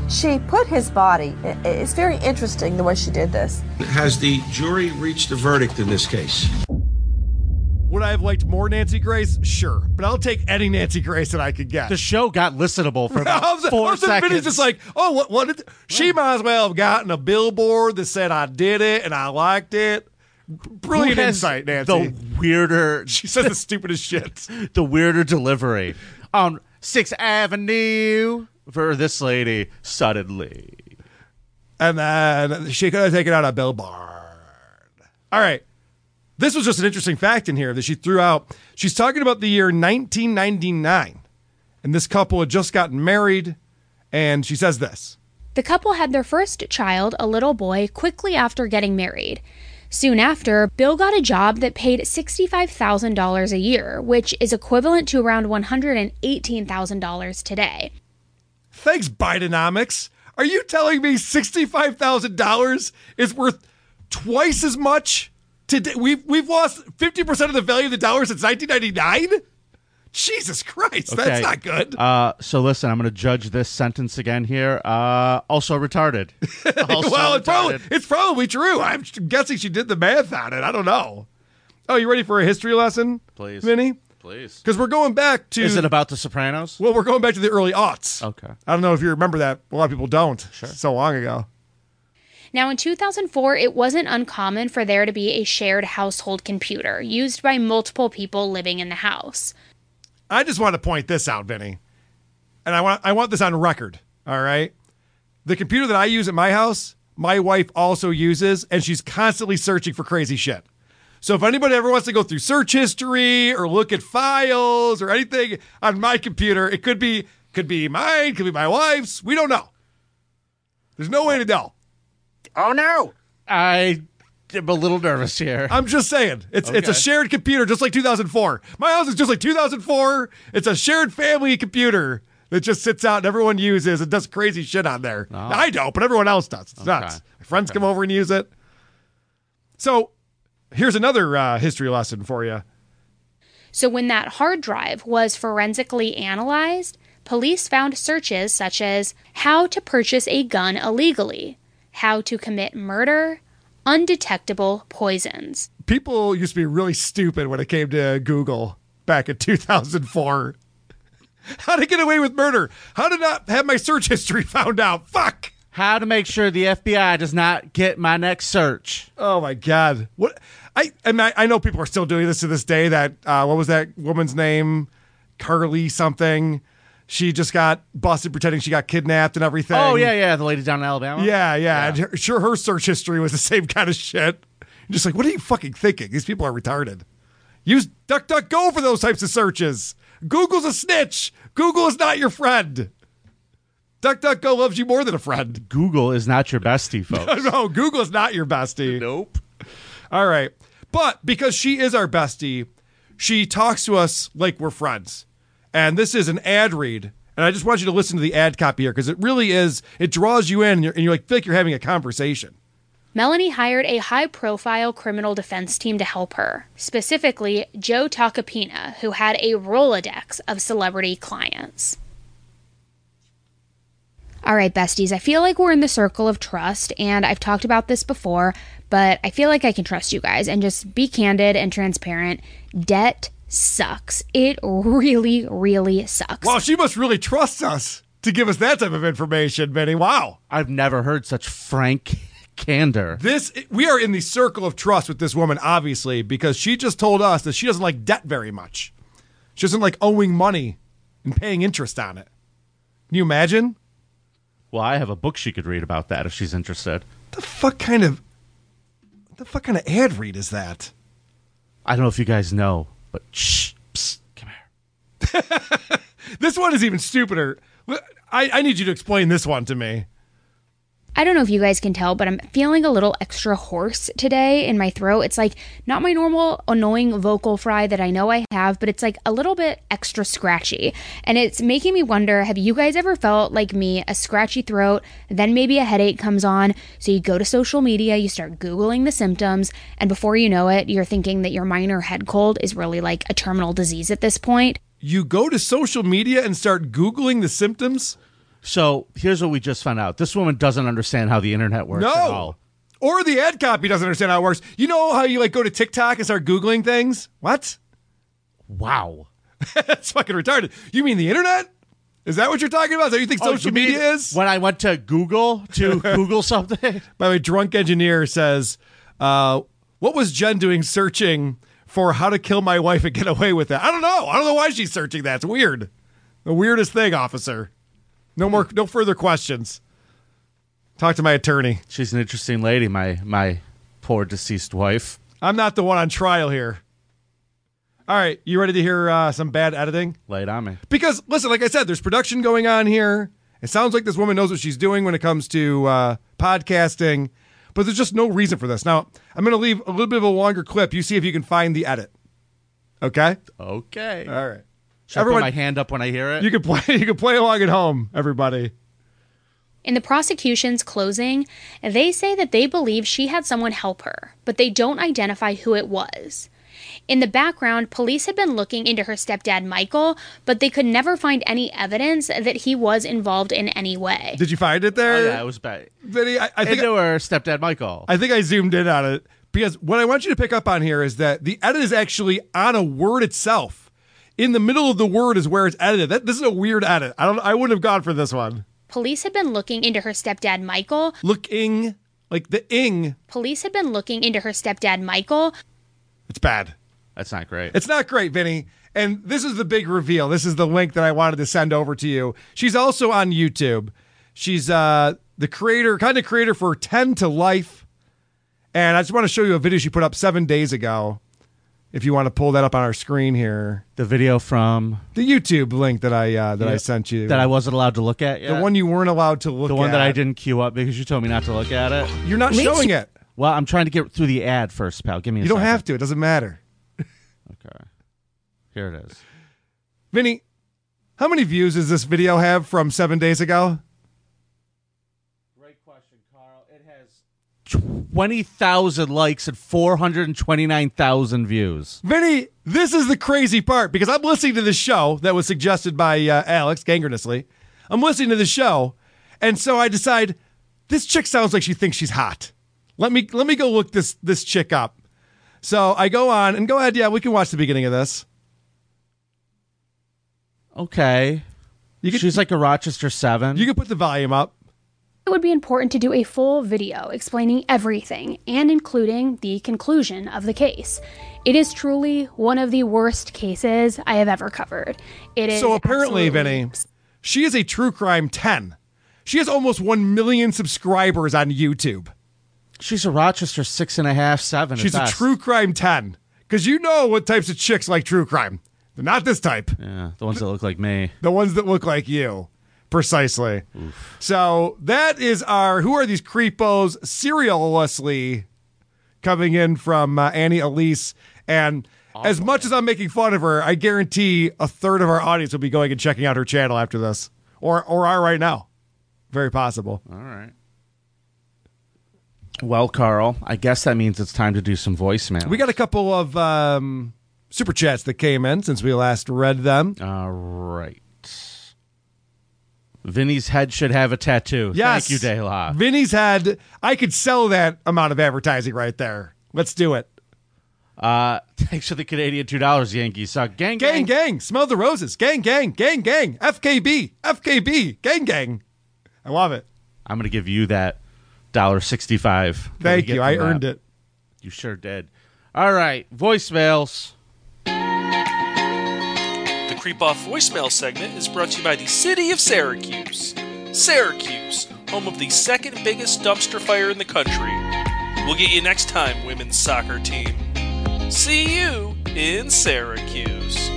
She put his body, i- i- it's very interesting the way she did this. Has the jury reached a verdict in this case? Would I have liked more Nancy Grace? Sure, but I'll take any Nancy Grace that I could get. The show got listenable for about I was- I four was in the video seconds. just like, oh, what? What? Did, she might as well have gotten a billboard that said "I did it" and I liked it. Brilliant Who has insight, Nancy. The weirder. She says the stupidest shit. The weirder delivery on Sixth Avenue for this lady suddenly. and then she could have taken out a billboard. All right. This was just an interesting fact in here that she threw out. She's talking about the year 1999. And this couple had just gotten married. And she says this. The couple had their first child, a little boy, quickly after getting married. Soon after, Bill got a job that paid $65,000 a year, which is equivalent to around $118,000 today. Thanks, Bidenomics. Are you telling me sixty-five thousand dollars is worth twice as much today? We've we've lost fifty percent of the value of the dollar since nineteen ninety-nine. Jesus Christ, that's Okay. not good. Uh, so listen, I'm going to judge this sentence again here. Uh, also retarded. well, it's probably, it's probably true. I'm guessing she did the math on it. I don't know. Oh, you ready for a history lesson, Please. Vinny? Please. Because we're going back to. Is it about The Sopranos? Well, we're going back to the early aughts. Okay. I don't know if you remember that. A lot of people don't. Sure. So long ago. Now, in 2004, it wasn't uncommon for there to be a shared household computer used by multiple people living in the house. I just want to point this out, Vinny. And I want I want this on record. All right. The computer that I use at my house, my wife also uses, and she's constantly searching for crazy shit. So if anybody ever wants to go through search history or look at files or anything on my computer, it could be could be mine, could be my wife's. We don't know. There's no way to know. Oh no. I am a little nervous here. I'm just saying, it's it's a Okay. shared computer, just like 2004. My house is just like 2004. It's a shared family computer that just sits out and everyone uses and does crazy shit on there. I don't, but everyone else does. It's nuts. My friends come over and use it. So here's another uh, history lesson for you. So, when that hard drive was forensically analyzed, police found searches such as how to purchase a gun illegally, how to commit murder, undetectable poisons. People used to be really stupid when it came to Google back in 2004. How to get away with murder? How to not have my search history found out? Fuck. How to make sure the FBI does not get my next search? Oh my god! What I and I, I know people are still doing this to this day. That uh, what was that woman's name? Carly something. She just got busted pretending she got kidnapped and everything. Oh yeah, yeah, the lady down in Alabama. Um, Yeah, yeah. And her, sure, her search history was the same kind of shit. Just like, what are you fucking thinking? These people are retarded. Use DuckDuckGo for those types of searches. Google's a snitch. Google is not your friend. DuckDuckGo loves you more than a friend. Google is not your bestie, folks. no, Google's not your bestie. Nope. All right. But because she is our bestie, she talks to us like we're friends. And this is an ad read. And I just want you to listen to the ad copy here because it really is, it draws you in and you're, and you're like, feel like you're having a conversation. Melanie hired a high profile criminal defense team to help her, specifically Joe Tacopina, who had a Rolodex of celebrity clients. All right, besties, I feel like we're in the circle of trust, and I've talked about this before, but I feel like I can trust you guys and just be candid and transparent. Debt sucks. It really, really sucks. Wow, she must really trust us to give us that type of information, Benny. Wow. I've never heard such frank candor. This we are in the circle of trust with this woman, obviously, because she just told us that she doesn't like debt very much. She doesn't like owing money and paying interest on it. Can you imagine? Well, I have a book she could read about that if she's interested. The fuck kind of what the fuck kind of ad read is that? I don't know if you guys know, but shh, psst, come here. This one is even stupider. I, I need you to explain this one to me. I don't know if you guys can tell, but I'm feeling a little extra hoarse today in my throat. It's like not my normal annoying vocal fry that I know I have, but it's like a little bit extra scratchy. And it's making me wonder have you guys ever felt like me, a scratchy throat, then maybe a headache comes on? So you go to social media, you start Googling the symptoms, and before you know it, you're thinking that your minor head cold is really like a terminal disease at this point. You go to social media and start Googling the symptoms? So here's what we just found out. This woman doesn't understand how the internet works at all. No. Or the ad copy doesn't understand how it works. You know how you like go to TikTok and start Googling things? What? Wow. That's fucking retarded. You mean the internet? Is that what you're talking about? Is that what you think Oh, social you mean media is? When I went to Google to Google something, By the way, drunk engineer says, uh, "What was Jen doing searching for how to kill my wife and get away with it?" I don't know. I don't know why she's searching that. It's weird. The weirdest thing, officer. No more. No further questions. Talk to my attorney. she's an interesting lady, my my poor deceased wife. I'm not the one on trial here. All right, you ready to hear uh, some bad editing? Lay it on me. Because listen, like I said, there's production going on here. It sounds like this woman knows what she's doing when it comes to uh, podcasting, but there's just no reason for this. Now, I'm going to leave a little bit of a longer clip. You see if you can find the edit. Okay. Okay. All right. Should I put my hand up when I hear it? you can play. You can play along at home, everybody. In the prosecution's closing, they say that they believe she had someone help her, but they don't identify who it was. In the background, police had been looking into her stepdad Michael, but they could never find any evidence that he was involved in any way. Did you find it there? Oh, yeah, it was bad. Vinny, I, I I think think her stepdad Michael. I think I zoomed in on it because what I want you to pick up on here is that the edit is actually on a word itself. In the middle of the word is where it's edited. That, this is a weird edit. I don't. I wouldn't have gone for this one. Police had been looking into her stepdad Michael. Looking like the ing. Police had been looking into her stepdad Michael, It's bad. That's not great. It's not great, Vinny. And this is the big reveal. This is the link that I wanted to send over to you. She's also on YouTube. She's uh, the creator, kind of creator for 10 to Life. And I just want to show you a video she put up seven days ago. If you want to pull that up on our screen here, the video from the YouTube link that I uh, that I Yeah. sent you, that I wasn't allowed to look at yet. the one you weren't allowed to look, the one that I at. didn't queue up because you told me not to look at it. You're not showing it. Well, I'm trying to get through the ad first, pal. Give me a You don't second. have to. It doesn't matter, Okay. Here it is. Vinny. How many views does this video have from seven days ago? 20,000 likes and 429,000 views. Vinny, this is the crazy part because I'm listening to the show that was suggested by uh, Alex gangrenously. I'm listening to the show, and so I decide this chick sounds like she thinks she's hot. Let me let me go look this this chick up. So I go on and go ahead. Yeah, we can watch the beginning of this. Okay. She's like a Rochester 7. You can put the volume up. It would be important to do a full video explaining everything and including the conclusion of the case. It is truly one of the worst cases I have ever covered. It is So apparently, absolutely- Vinny, she is a true crime 10. She has almost 1 million subscribers on YouTube. She's a Rochester 6.5, 7. She's a true crime 10. Because you know what types of chicks like true crime. They're not this type. Yeah, the ones that look like me. The ones that look like you. Precisely. So that is our who are these creepos seriallessly coming in from uh, Annie Elise. And as much as I'm making fun of her, I guarantee a third of our audience will be going and checking out her channel after this, or or are right now. Very possible. All right. Well, Carl, I guess that means it's time to do some voicemail. We got a couple of um, super chats that came in since we last read them. All right. Vinny's head should have a tattoo. Yes. Thank you, De La. Vinny's had. I could sell that amount of advertising right there. Let's do it. Uh, thanks for the Canadian $2 Yankees. Suck. Gang, Gang, gang, smell the roses. Gang, gang, gang, gang. FKB, FKB, gang, gang. I love it. I'm going to give you that $1.65. that we Thank get you. I from earned that. it. You sure did. All right, voicemails. The Creep Off voicemail segment is brought to you by the City of Syracuse. Syracuse, home of the second biggest dumpster fire in the country. We'll get you next time, women's soccer team. See you in Syracuse.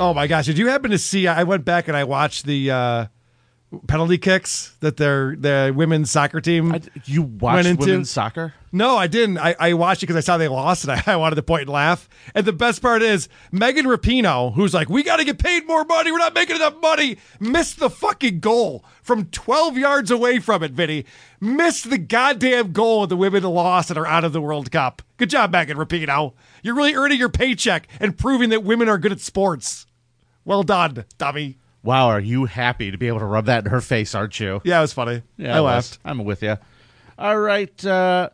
Oh my gosh! Did you happen to see? I went back and I watched the uh, penalty kicks that their the women's soccer team. you watched women's soccer? No, I didn't. I, I watched it because I saw they lost and I, I wanted to point and laugh. And the best part is Megan Rapino, who's like, "We got to get paid more money. We're not making enough money." Missed the fucking goal from twelve yards away from it. Vinny missed the goddamn goal, and the women lost and are out of the World Cup. Good job, Megan Rapino. You're really earning your paycheck and proving that women are good at sports. Well done, dummy. Wow, are you happy to be able to rub that in her face, aren't you? Yeah, it was funny. Yeah, I it was. laughed. I'm with you. All right. Uh,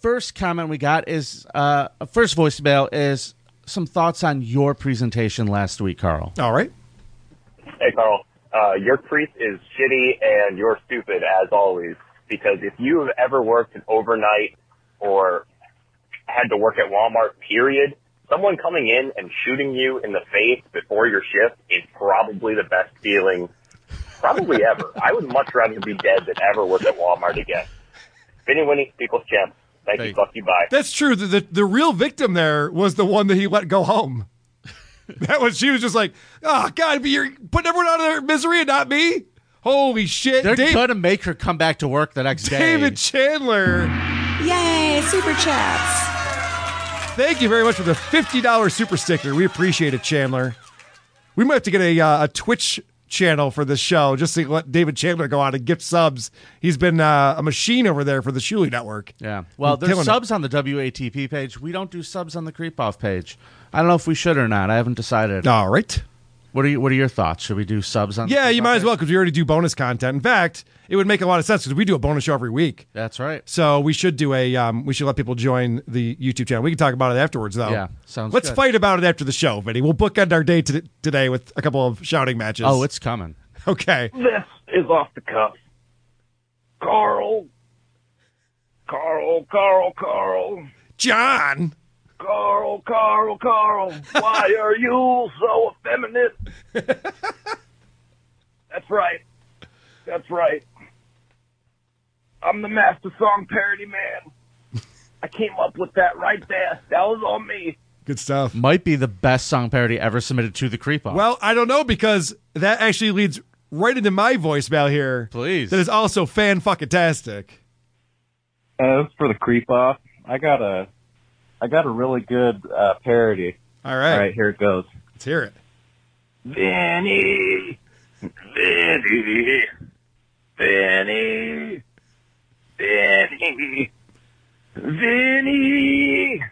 first comment we got is uh, first voicemail is some thoughts on your presentation last week, Carl. All right. Hey, Carl. Uh, your priest is shitty and you're stupid as always. Because if you have ever worked an overnight or had to work at Walmart, period, someone coming in and shooting you in the face before your shift is probably the best feeling, probably ever. I would much rather be dead than ever work at Walmart again. Vinny Winnie, People's Champ. Thank you, fuck you, bye. That's true. The, the the real victim there was the one that he let go home. that was she was just like, oh God, but you're putting everyone out of their misery and not me. Holy shit! They're Dave- going to make her come back to work the next day. David Chandler. Yay, super chats. Thank you very much for the fifty dollars super sticker. We appreciate it, Chandler. We might have to get a uh, a Twitch channel for this show just to let David Chandler go out and gift subs. He's been uh, a machine over there for the Shuli Network. Yeah. Well, He's there's killing it. subs on the WATP page. We don't do subs on the Creep Off page. I don't know if we should or not. I haven't decided. All right. What are you, What are your thoughts? Should we do subs on? the Yeah, Creep you Off might as page? well because we already do bonus content. In fact, it would make a lot of sense because we do a bonus show every week. That's right. So we should do a um, we should let people join the YouTube channel. We can talk about it afterwards though. Yeah, sounds Let's good. fight about it after the show, Vinny. We'll bookend our day to- today with a couple of shouting matches. Oh, it's coming. okay. This is off the cuff. Carl. Carl, Carl, Carl. John. Carl, Carl, Carl. Why are you so effeminate? That's right. That's right. I'm the master song parody man. I came up with that right there. That was on me. Good stuff. Might be the best song parody ever submitted to the Creep Off. Well, I don't know because that actually leads right into my voicemail here. Please. That is also fan fucking tastic. As Uh, for the creep off, I got a, I got a really good uh, parody. All right. All right, here it goes. Let's hear it. Vinny, Vinny, Vinny, Vinny, Vinny.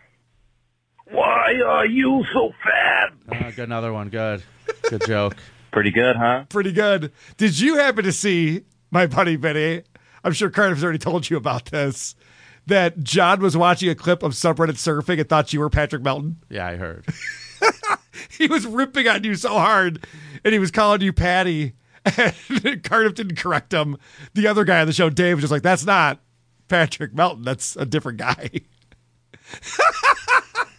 Why are you so fat? Uh, good, another one. Good. Good joke. Pretty good, huh? Pretty good. Did you happen to see my buddy Vinny? I'm sure Cardiff's already told you about this. That John was watching a clip of subreddit surfing and thought you were Patrick Melton. Yeah, I heard. he was ripping on you so hard, and he was calling you Patty. And Cardiff didn't correct him. The other guy on the show, Dave, was just like, "That's not Patrick Melton. That's a different guy."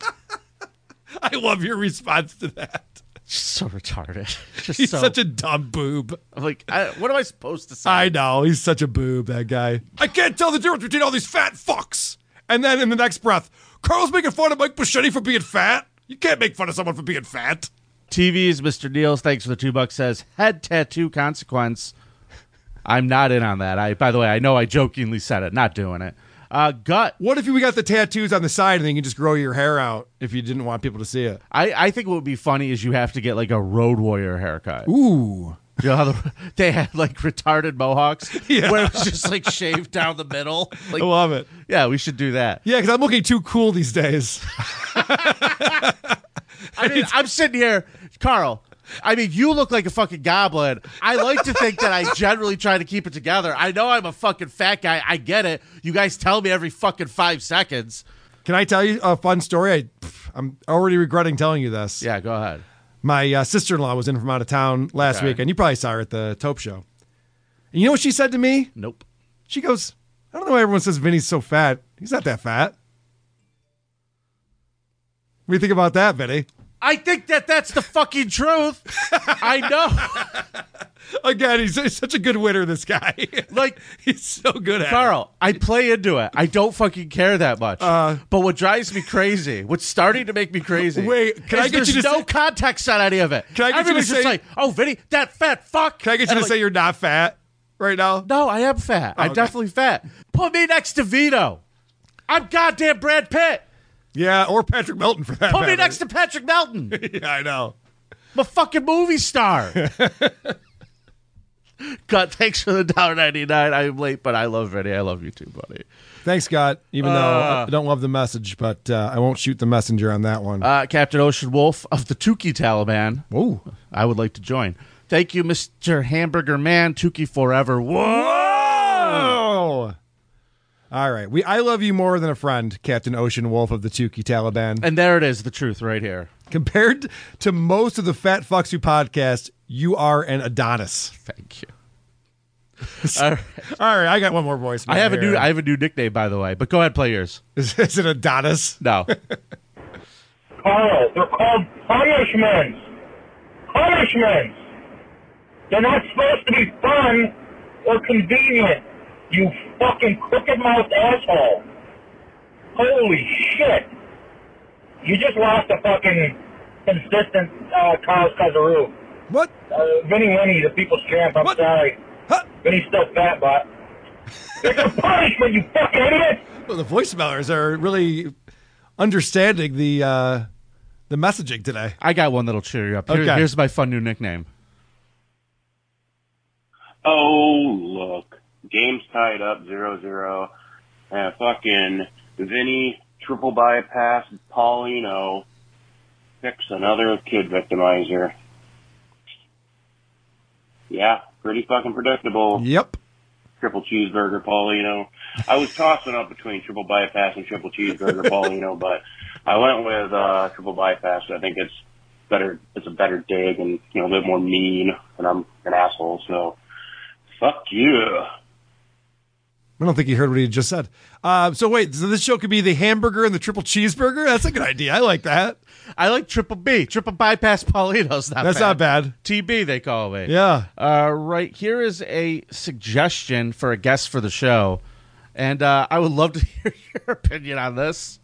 I love your response to that. So retarded. Just He's so- such a dumb boob. I'm like, I, what am I supposed to say? I know. He's such a boob, that guy. I can't tell the difference between all these fat fucks. And then in the next breath, Carl's making fun of Mike Buscetti for being fat. You can't make fun of someone for being fat. TV's Mr. Deals, thanks for the two bucks, says head tattoo consequence. I'm not in on that. I by the way, I know I jokingly said it, not doing it. Uh, gut. What if we got the tattoos on the side and then you can just grow your hair out if you didn't want people to see it? I, I think what would be funny is you have to get like a road warrior haircut. Ooh. You know how the, they had like retarded mohawks where it was just like shaved down the middle. Like, I love it. Yeah, we should do that. Yeah, because I'm looking too cool these days. I mean, I'm sitting here, Carl. I mean, you look like a fucking goblin. I like to think that I generally try to keep it together. I know I'm a fucking fat guy. I get it. You guys tell me every fucking five seconds. Can I tell you a fun story? I, pff, I'm already regretting telling you this. Yeah, go ahead. My uh, sister in law was in from out of town last Okay. week, and you probably saw her at the Taupe show. And you know what she said to me? Nope. She goes, I don't know why everyone says Vinny's so fat. He's not that fat. What do you think about that, Vinny? I think that that's the fucking truth. I know. Again, he's, he's such a good winner, this guy. Like, he's so good at it. Carl, I play into it. I don't fucking care that much. Uh, but what drives me crazy, what's starting to make me crazy, Wait, can is I get there's you to no say- context on any of it. Can I get you to Everybody's just say- like, oh, Vinny, that fat fuck. Can I get you to say you're not fat right now? No, I am fat. I'm okay. definitely fat. Put me next to Vito. I'm goddamn Brad Pitt. Yeah, or Patrick Melton for that Put me matter. next to Patrick Melton. yeah, I know. I'm a fucking movie star. God, thanks for the dollar ninety nine. I am late, but I love Vinny. I love you too, buddy. Thanks, Scott. Even Uh. though I don't love the message, but uh, I won't shoot the messenger on that one. Uh, Captain Ocean Wolf of the Tuki Taliban. Whoa. I would like to join. Thank you, Mr. Hamburger Man. Tuki forever. Whoa! oh. All right. We I love you more than a friend, Captain Ocean Wolf of the Tuki Taliban. And there it is, the truth right here. Compared to most of the Fat Fucks Who podcast, you are an Adonis. Thank you. All right. All right, I got one more voice. I have a new I have a new nickname, by the way. But go ahead, play yours. is, is it Adonis? No. Carl, they're called punishments. Punishments. They're not supposed to be fun or convenient. You fucking crooked mouthed asshole. Holy shit. You just lost a fucking consistent uh, Carl's Kazaroo. What? Uh, Vinny Winnie, the people's champ, I'm sorry. Vinny's still fat, but. It's a punishment, you fucking idiot! Well, the voicemailers are really understanding the uh, the messaging today. I got one that'll cheer you up. Here- Okay. Here's my fun new nickname. Oh, look. Game's tied up 0 0. And fucking Vinny, triple bypass, Paulino. Picks another kid victimizer. Yeah, pretty fucking predictable. Yep. Triple cheeseburger, Paulino. I was tossing up between triple bypass and triple cheeseburger, Paulino, but I went with uh, triple bypass. I think it's better. It's a better dig, and you know, a bit more mean. And I'm an asshole, so fuck you. I don't think he heard what he just said. Uh, so wait, so this show could be the hamburger and the triple cheeseburger. That's a good idea. I like that. I like triple B, triple bypass Paulino's. Not That's bad. not bad. TB they call me. Yeah. Uh, right here is a suggestion for a guest for the show, and uh, I would love to hear your opinion on this.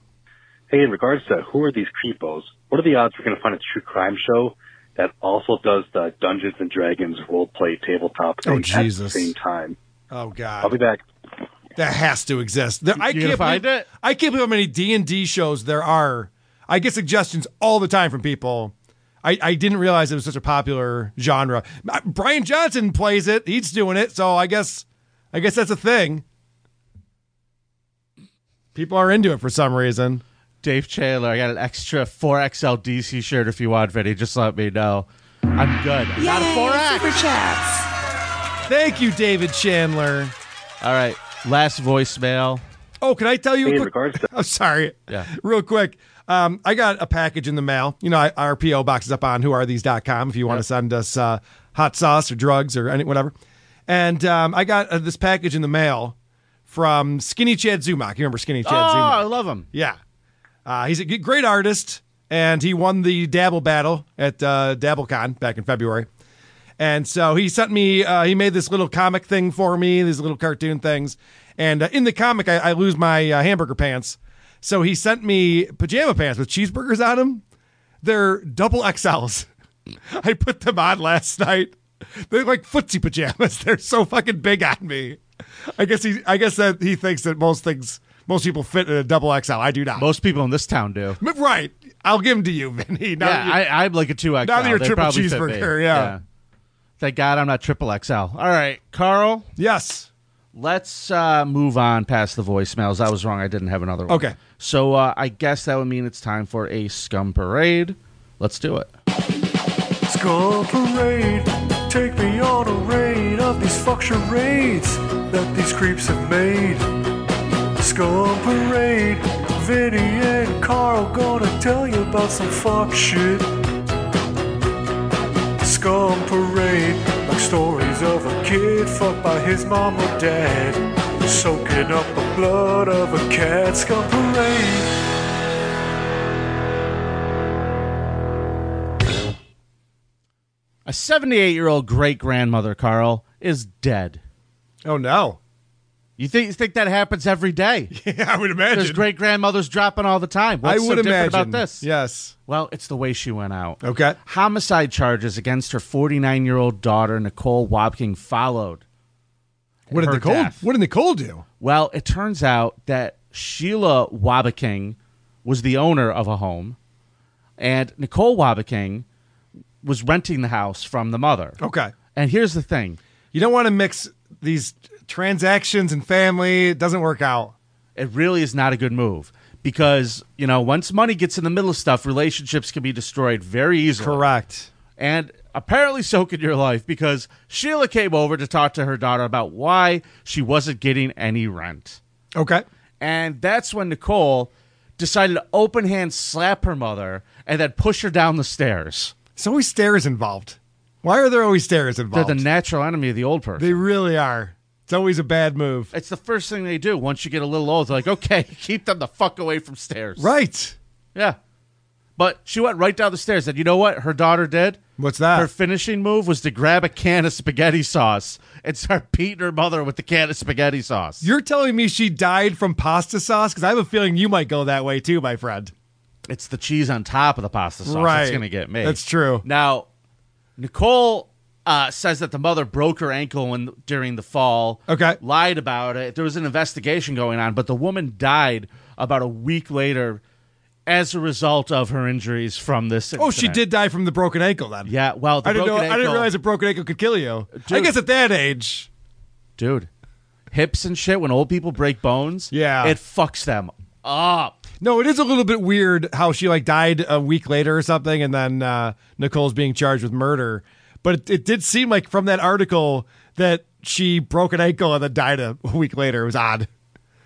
Hey, in regards to who are these creepos, what are the odds we're going to find a true crime show that also does the Dungeons and Dragons role play tabletop thing Oh, at Jesus. the same time? Oh I'll God, be back. that has to exist. There, I You can't gonna find believe, it. I can't believe how many D and D shows there are. I get suggestions all the time from people. I, I didn't realize it was such a popular genre. Uh, Brian Johnson plays it. He's doing it, so I guess I guess that's a thing. People are into it for some reason. Dave Chandler, I got an extra 4XL DC shirt if you want, Vinny. Just let me know. I'm good. I got a Yay, 4X. Super Chats. Thank you, David Chandler. All right. Last voicemail. Oh, can I tell you? Hey, a in quick- I'm sorry. Yeah. Real quick. Um, I got a package in the mail. You know, I, our PO box is up on whoarethese.com if you want to send us uh, hot sauce or drugs or any whatever. And um, I got uh, this package in the mail from Skinny Chad Zumach. You remember Skinny Chad oh, Zumach? I love him. Yeah. Uh, he's a g- great artist, and he won the Dabble Battle at uh, DabbleCon back in February. And so he sent me, uh, he made this little comic thing for me, these little cartoon things. And uh, in the comic, I, I lose my uh, hamburger pants. So he sent me pajama pants with cheeseburgers on them. They're double XLs. I put them on last night. They're like footsie pajamas. They're so fucking big on me. I guess he, I guess that he thinks that most things, most people fit in a double XL. I do not. Most people in this town do. But Right. I'll give them to you, Vinny. Now yeah, you- I, I'm like a 2XL. Now that you're They triple probably fit me. cheeseburger, yeah. Thank God I'm not triple XL. All right, Carl. Yes. Let's uh, move on past the voicemails. I was wrong. I didn't have another one. Okay. So uh, I guess that would mean it's time for a scum parade. Let's do it. Skull Parade, take me on a raid of these fuck charades that these creeps have made. Skull Parade, Vinny and Carl gonna tell you about some fuck shit. Scum Parade, like stories of a kid fucked by his mom or dad, soaking up the blood of a cat. Scum Parade. A 78 year old great grandmother, Carl, is dead. Oh, no. You think, you think that happens every day? Yeah, I would imagine. There's great grandmothers dropping all the time. What's I would so different imagine. about this? Yes. Well, it's the way she went out. Okay. Homicide charges against her 49 year old daughter, Nicole Wobking, followed. What did her Nicole- death. What did Nicole do? Well, it turns out that Sheila Wabaking was the owner of a home, and Nicole Wabaking was renting the house from the mother. Okay. And here's the thing you don't want to mix these transactions and family. It doesn't work out. It really is not a good move because, you know, once money gets in the middle of stuff, relationships can be destroyed very easily. Correct. And apparently so could your life because Sheila came over to talk to her daughter about why she wasn't getting any rent. Okay. And that's when Nicole decided to open hand slap her mother and then push her down the stairs. There's always stairs involved. Why are there always stairs involved? They're the natural enemy of the old person. They really are. It's always a bad move. It's the first thing they do once you get a little old. They're like, okay, keep them the fuck away from stairs. Right. Yeah. But she went right down the stairs. And you know what her daughter did? What's that? Her finishing move was to grab a can of spaghetti sauce and start beating her mother with the can of spaghetti sauce. You're telling me she died from pasta sauce? Because I have a feeling you might go that way too, my friend. It's the cheese on top of the pasta sauce Right. that's going to get me. That's true. Now, Nicole uh, says that the mother broke her ankle when, during the fall. Okay. Lied about it. There was an investigation going on, but the woman died about a week later as a result of her injuries from this. Oh, she incident. did die from the broken ankle then. Yeah, well, the I didn't know. broken I didn't ankle- realize a broken ankle could kill you. I Dude. guess at that age, dude. Hips and shit. When old people break bones, Yeah. it fucks them up. No, it is a little bit weird how she like died a week later or something, and then uh, Nicole's being charged with murder. But it, it did seem like from that article that she broke an ankle and then died a week later. It was odd.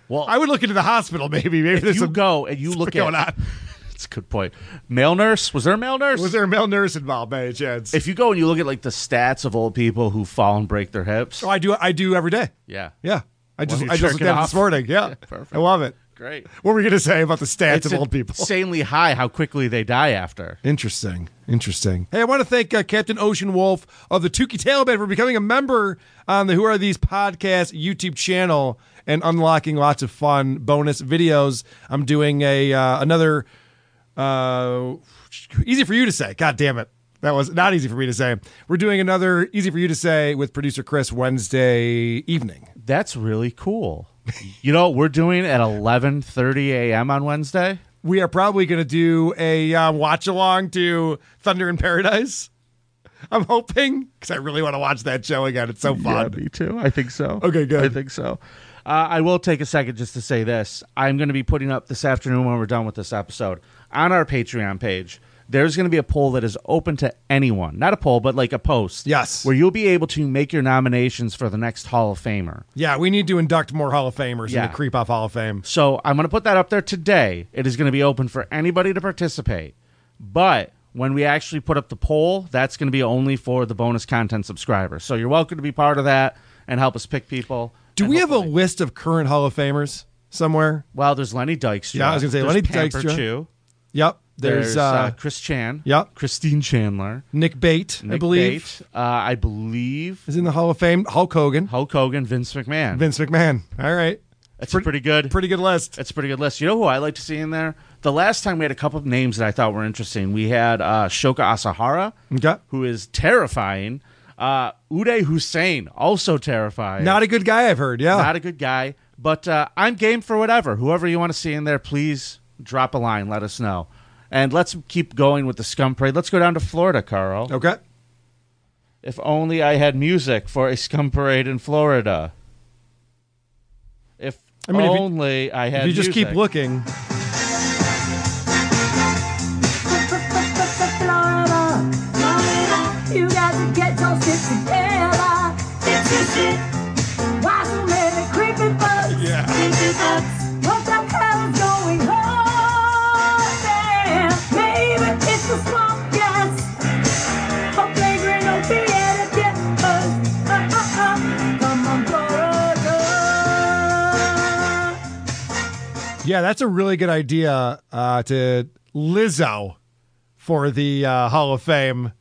Well, I would look into the hospital maybe. Maybe there's you some go and you look going at- on. That's a good point. Male nurse? Was there a male nurse? Was there a male nurse involved by any chance? If you go and you look at like the stats of old people who fall and break their hips, oh, I do. I do every day. yeah, Yeah, I just you're I just looked jerking at it this off. morning. Yeah, I love it. Great. What were you gonna say about the stats it's of old people? insanely high how quickly they die after. Interesting. Interesting. Hey, I want to thank uh, Captain Ocean Wolf of the Tukey Tailman for becoming a member on the Who Are These Podcast YouTube channel and unlocking lots of fun bonus videos. I'm doing a uh, another uh, easy for you to say. God damn it. That was not easy for me to say. We're doing another easy for you to say with producer Chris Wednesday evening. That's really cool. you know what we're doing at eleven thirty a.m. on Wednesday? we are probably going to do a uh, watch along to Thunder in Paradise. I'm hoping because I really want to watch that show again. It's so fun. Yeah, me too. I think so. Okay, good. I think so. Uh, I will take a second just to say this. I'm going to be putting up this afternoon when we're done with this episode on our Patreon page. There's going to be a poll that is open to anyone. Not a poll, but like a post. Yes. Where you'll be able to make your nominations for the next Hall of Famer. Yeah, we need to induct more Hall of Famers Yeah. in the Creep Off Hall of Fame. So I'm going to put that up there today. It is going to be open for anybody to participate. But when we actually put up the poll, that's going to be only for the bonus content subscribers. So you're welcome to be part of that and help us pick people. Do we have a list of current Hall of Famers somewhere? Well, there's Lenny Dykstra. Yeah, I was going to say There's Lenny Pamper Dykstra. Chew. Yep. There's, There's, uh, uh, Chris Chan. Yep. Christine Chandler. Nick Bate, I Nick believe. Bate, uh, I believe is in the Hall of Fame. Hulk Hogan. Hulk Hogan. Vince McMahon. Vince McMahon. All right. That's a pretty good, pretty good list. That's a pretty good list. You know who I like to see in there? The last time we had a couple of names that I thought were interesting. We had uh, Shoka Asahara, Okay. who is terrifying. Uh, Uday Hussein, also terrifying. Not a good guy, I've heard. Yeah. Not a good guy, but uh, I'm game for whatever. Whoever you want to see in there, please drop a line. Let us know. And let's keep going with the scum parade. Let's go down to Florida, Carl. Okay. If only I had music for a scum parade in Florida. If I mean, if you- only I had if you just keep music. looking. Florida, Florida, you got to get your shit together. Get your shit. Why so many creepy bugs? Yeah. Creepy bugs. What the hell is going on there? Maybe it's the swamp gas. A flagrant opiate get us. Uh, uh, uh. Come on, Florida. Yeah, that's a really good idea uh, to Lizzo for the uh, Hall of Fame.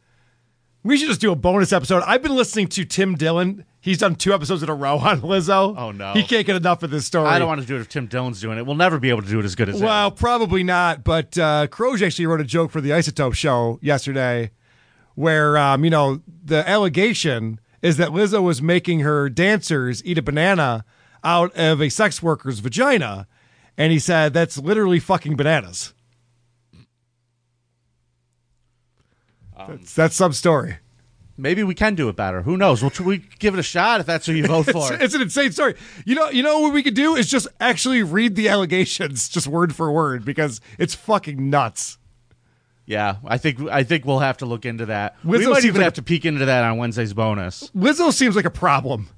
We should just do a bonus episode. I've been listening to Tim Dillon. He's done two episodes in a row on Lizzo. Oh, no. He can't get enough of this story. I don't want to do it if Tim Dillon's doing it. We'll never be able to do it as good as that. Well, probably not. But uh, Croge actually wrote a joke for the Isotope show yesterday, where um, you know the allegation is that Lizzo was making her dancers eat a banana out of a sex worker's vagina, and he said that's literally fucking bananas. that's, that's some story. Maybe we can do it better. Who knows? We'll tr- we give it a shot if that's who you vote It's, for. it's an insane story. You know, you know what we could do is just actually read the allegations just word for word because it's fucking nuts. yeah, I think I think we'll have to look into that. we Lizzo might seems even like- have to peek into that on Wednesday's bonus. Lizzo seems like a problem.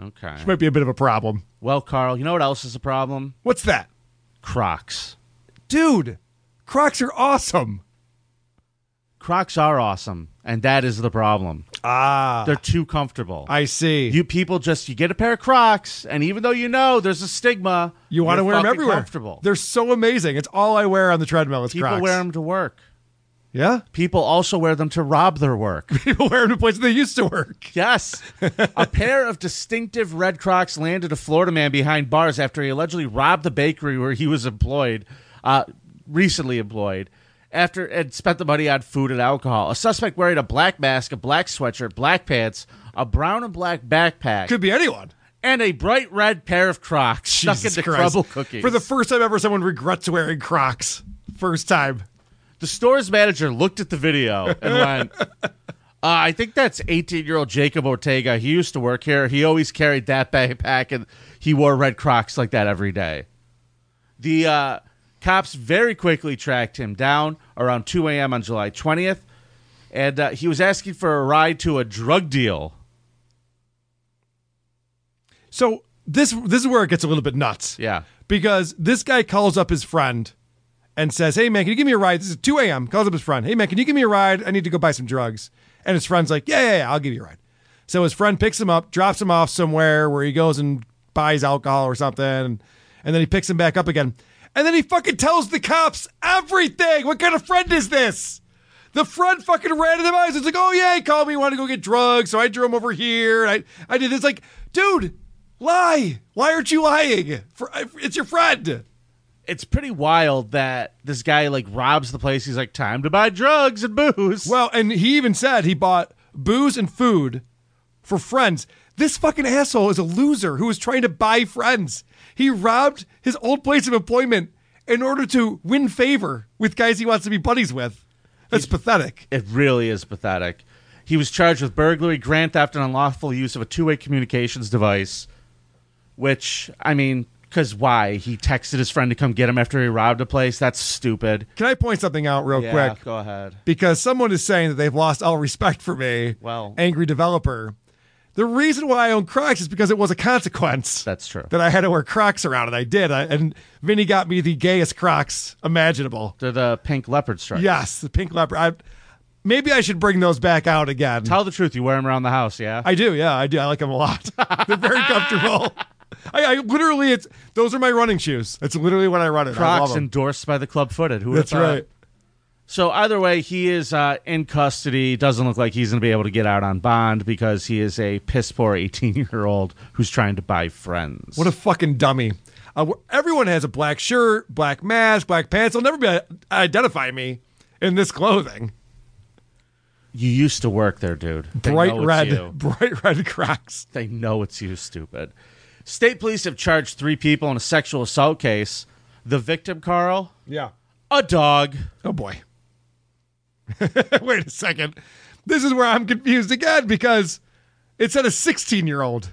Okay. Might be a bit of a problem. Well, Carl, you know what else is a problem? What's that? Crocs. Dude, Crocs are awesome. Crocs are awesome, and that is the problem. Ah. They're too comfortable. I see. you people just you get a pair of Crocs, and even though you know there's a stigma, You want to you're wear them fucking everywhere. Comfortable. They're so amazing. It's all I wear on the treadmill. It's people Crocs. wear them to work. Yeah? People also wear them to rob their work. People wear them to places they used to work. Yes. a pair of distinctive red Crocs landed a Florida man behind bars after he allegedly robbed the bakery where he was employed, uh, recently employed, after and spent the money on food and alcohol. A suspect wearing a black mask, a black sweatshirt, black pants, a brown and black backpack, Could be anyone. and a bright red pair of Crocs stuck Jesus into Christ. crumble cookies. For the first time ever, someone regrets wearing Crocs. First time. The store's manager looked at the video and went, uh, I think that's 18 year old Jacob Ortega. He used to work here. He always carried that backpack and he wore red Crocs like that every day. The uh, cops very quickly tracked him down around 2 a.m. on July 20th, and uh, he was asking for a ride to a drug deal. So this this is where it gets a little bit nuts. Yeah. Because this guy calls up his friend and says, Hey man, can you give me a ride? This is 2 a.m. Calls up his friend, hey man, can you give me a ride? I need to go buy some drugs. And his friend's like, Yeah, yeah, yeah, I'll give you a ride. So his friend picks him up, drops him off somewhere where he goes and buys alcohol or something, and then he picks him back up again. And then he fucking tells the cops everything. What kind of friend is this? The friend fucking ran to the eyes. It's like, oh yeah, he called me, wanted to go get drugs, so I drew him over here. And I, I did this. Like, dude, lie. Why aren't you lying? For, it's your friend. It's pretty wild that this guy like robs the place. He's like, time to buy drugs and booze. Well, and he even said he bought booze and food for friends. This fucking asshole is a loser who was trying to buy friends. He robbed his old place of employment in order to win favor with guys he wants to be buddies with. That's pathetic. It really is pathetic. He was charged with burglary, grand theft, and unlawful use of a two way communications device, which, I mean, because why? He texted his friend to come get him after he robbed a place? That's stupid. Can I point something out real yeah, quick? Go ahead. because someone is saying that they've lost all respect for me. Well. angry developer. The reason why I own Crocs is because it was a consequence. That's true. That I had to wear Crocs around, and I did. I, and Vinny got me the gayest Crocs imaginable. They're the pink leopard stripes. Yes, the pink leopard. I, maybe I should bring those back out again. Tell the truth. You wear them around the house, yeah? I do. Yeah, I do. I like them a lot. They're very comfortable. I, I literally, it's those are my running shoes. That's literally what I run in. I love Crocs uh, 'em. endorsed by the club footed. Who That's would've thought? right. So either way, he is uh, in custody. Doesn't look like he's going to be able to get out on bond because he is a piss poor eighteen-year-old who's trying to buy friends. What a fucking dummy. Uh, wh- everyone has a black shirt, black mask, black pants. They'll never be uh, identify me in this clothing. you used to work there, dude. They Bright know it's red- you. bright red Crocs. They know it's you, stupid. State police have charged three people in a sexual assault case. The victim, Carl, Yeah. a dog. Oh boy. Wait a second. This is where I'm confused again because it said a 16 year old.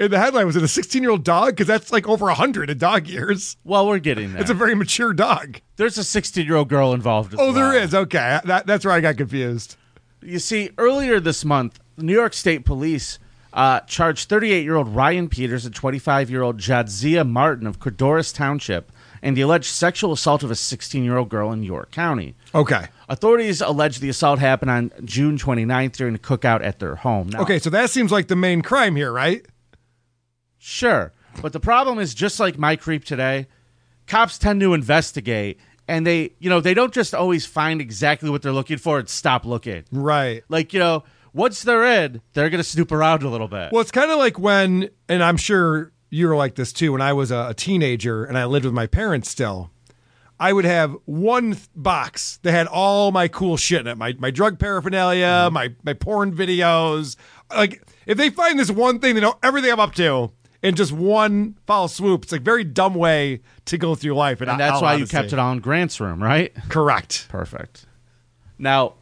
In the headline, was it a 16 year old dog? Because that's like over 100 in dog years. Well, we're getting there. It's a very mature dog. There's a 16 year old girl involved. As well. Oh, there is. Okay. That, that's where I got confused. You see, earlier this month, New York State Police uh, charged 38 year old Ryan Peters and 25 year old Jadzia Martin of Cordores Township in the alleged sexual assault of a 16 year old girl in York County. Okay. Authorities allege the assault happened on June 29th during a cookout at their home. Now, Okay. So that seems like the main crime here, right? Sure. But the problem is just like my creep today, cops tend to investigate and they, you know, they don't just always find exactly what they're looking for and stop looking. Right. Like, you know, once they're in, they're going to snoop around a little bit. Well, it's kind of like when, and I'm sure you were like this too, when I was a, a teenager and I lived with my parents still, I would have one th- box that had all my cool shit in it my, my drug paraphernalia, Mm-hmm. my, my porn videos. Like, if they find this one thing, they know everything I'm up to. In just one foul swoop, it's like very dumb way to go through life, and, and that's why you kept it on Grant's room, right? Correct. Perfect. Now,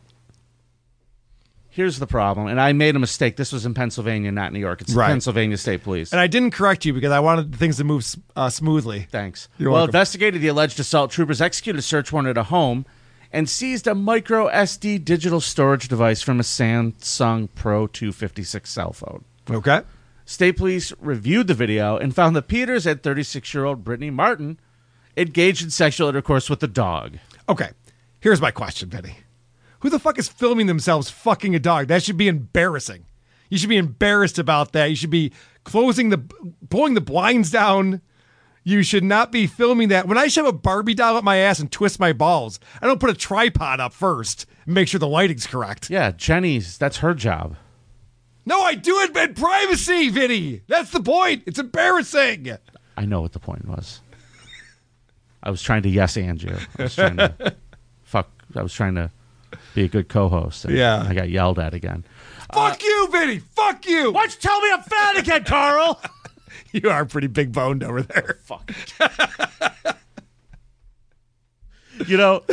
here's the problem, and I made a mistake. This was in Pennsylvania, not New York. It's the Right. Pennsylvania State Police. And I didn't correct you because I wanted things to move s- uh, smoothly. Thanks. You're well, welcome. investigated the alleged assault. Troopers executed a search warrant at a home and seized a micro SD digital storage device from a Samsung Pro 256 cell phone. okay. State police reviewed the video and found that Peters and 36 year old Brittany Martin engaged in sexual intercourse with the dog. Okay. Here's my question, Benny. Who the fuck is filming themselves fucking a dog? That should be embarrassing. You should be embarrassed about that. You should be closing the pulling the blinds down. You should not be filming that. When I shove a Barbie doll up my ass and twist my balls, I don't put a tripod up first and make sure the lighting's correct. Yeah, Jenny's, that's her job. No, I do it in privacy, Vinny. That's the point. It's embarrassing. I know what the point was. I was trying to yes and you. I was trying to fuck. I was trying to be a good co-host. and Yeah. I got yelled at again. Fuck you, Vinny. Fuck you. Why'd you tell me I'm fat again, Carl? You are pretty big boned over there. Fuck. you know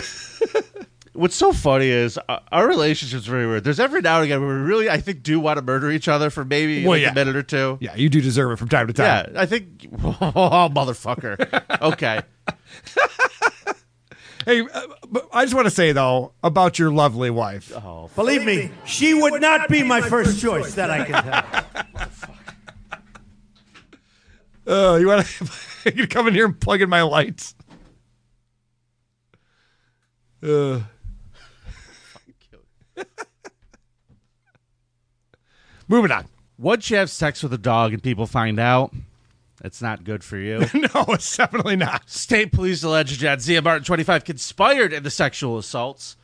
what's so funny is uh, our relationship's very weird there's every now and again where we really i think do want to murder each other for maybe Well, like yeah. a minute or two Yeah, you do deserve it from time to time. yeah i think oh motherfucker okay Hey, uh, but I just want to say though about your lovely wife. Oh, Believe me, she would not be my first choice, that I can tell. Uh, you want to come in here and plug in my lights? Uh. Moving on. once you have sex with a dog and people find out it's not good for you no it's definitely not state police alleged that zia martin 25 conspired in the sexual assaults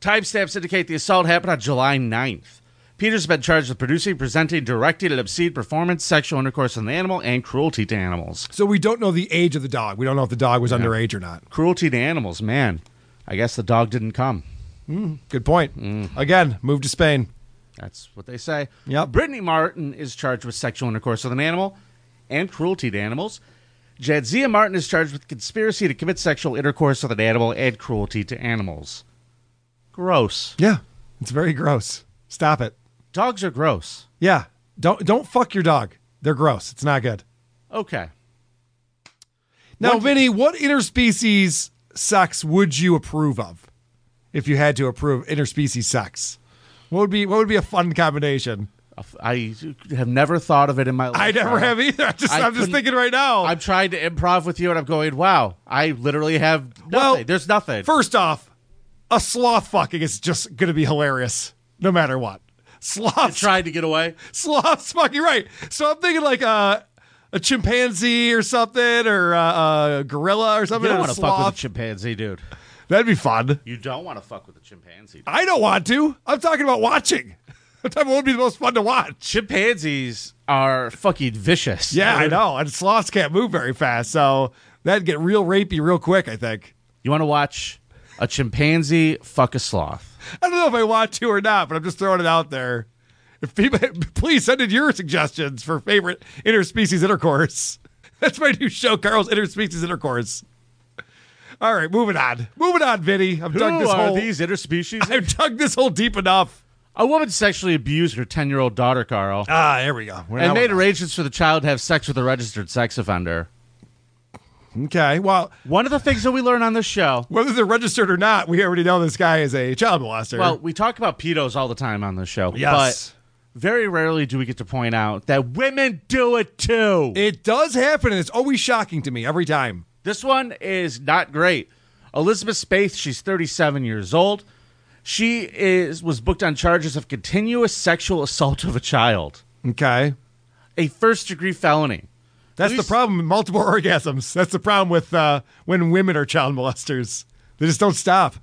timestamps indicate the assault happened on july 9th peters has been charged with producing presenting directing an obscene performance sexual intercourse with an animal and cruelty to animals So we don't know the age of the dog. We don't know if the dog was underage or not. cruelty to animals, man. I guess the dog didn't come. Mm, good point. Again, move to Spain. That's what they say. Brittany Martin is charged with sexual intercourse with an animal and cruelty to animals. Jadzia Martin is charged with conspiracy to commit sexual intercourse with an animal and cruelty to animals. Gross. Yeah, it's very gross. Stop it. Dogs are gross. Yeah, don't don't fuck your dog. They're gross. It's not good. Okay. Now, Vinny, what interspecies sex would you approve of? If you had to approve interspecies sex, what would be what would be a fun combination? I have never thought of it in my life. I never have either. I just, Uh, I I'm just couldn't- thinking right now. I'm trying to improv with you, and I'm going, wow, I literally have nothing. There's nothing. First off, a sloth fucking is just going to be hilarious no matter what. Sloths tried to get away. Sloths fucking right. So I'm thinking like a a chimpanzee or something or uh, a, a gorilla or something. you don't and want to sloth. fuck with a chimpanzee, dude. That'd be fun. You don't want to fuck with a chimpanzee. dude. I don't want to. I'm talking about watching. I'm talking about what would be the most fun to watch. Chimpanzees are fucking vicious. Yeah, I dude. know. And sloths can't move very fast, so that'd get real rapey real quick. I think. You want to watch a chimpanzee fuck a sloth? I don't know if I want to or not, but I'm just throwing it out there. If people, please send in your suggestions for favorite interspecies intercourse. That's my new show, Carl's Interspecies Intercourse. All right, moving on. Moving on, Vinny. I've Who dug this are whole. these interspecies? I've dug this hole deep enough. A woman sexually abused her 10 year old daughter, Carl, Ah, there we go. We're and now- made arrangements for the child to have sex with a registered sex offender. okay, well, One of the things that we learn on this show. whether they're registered or not, we already know this guy is a child molester. Well, we talk about pedos all the time on this show. Yes. But very rarely do we get to point out that women do it too. it does happen, and it's always shocking to me every time. This one is not great. Elizabeth Spaeth, she's 37 years old. She is was booked on charges of continuous sexual assault of a child, Okay, a first degree felony. That's Police- the problem. Multiple orgasms. That's the problem with uh, when women are child molesters. They just don't stop.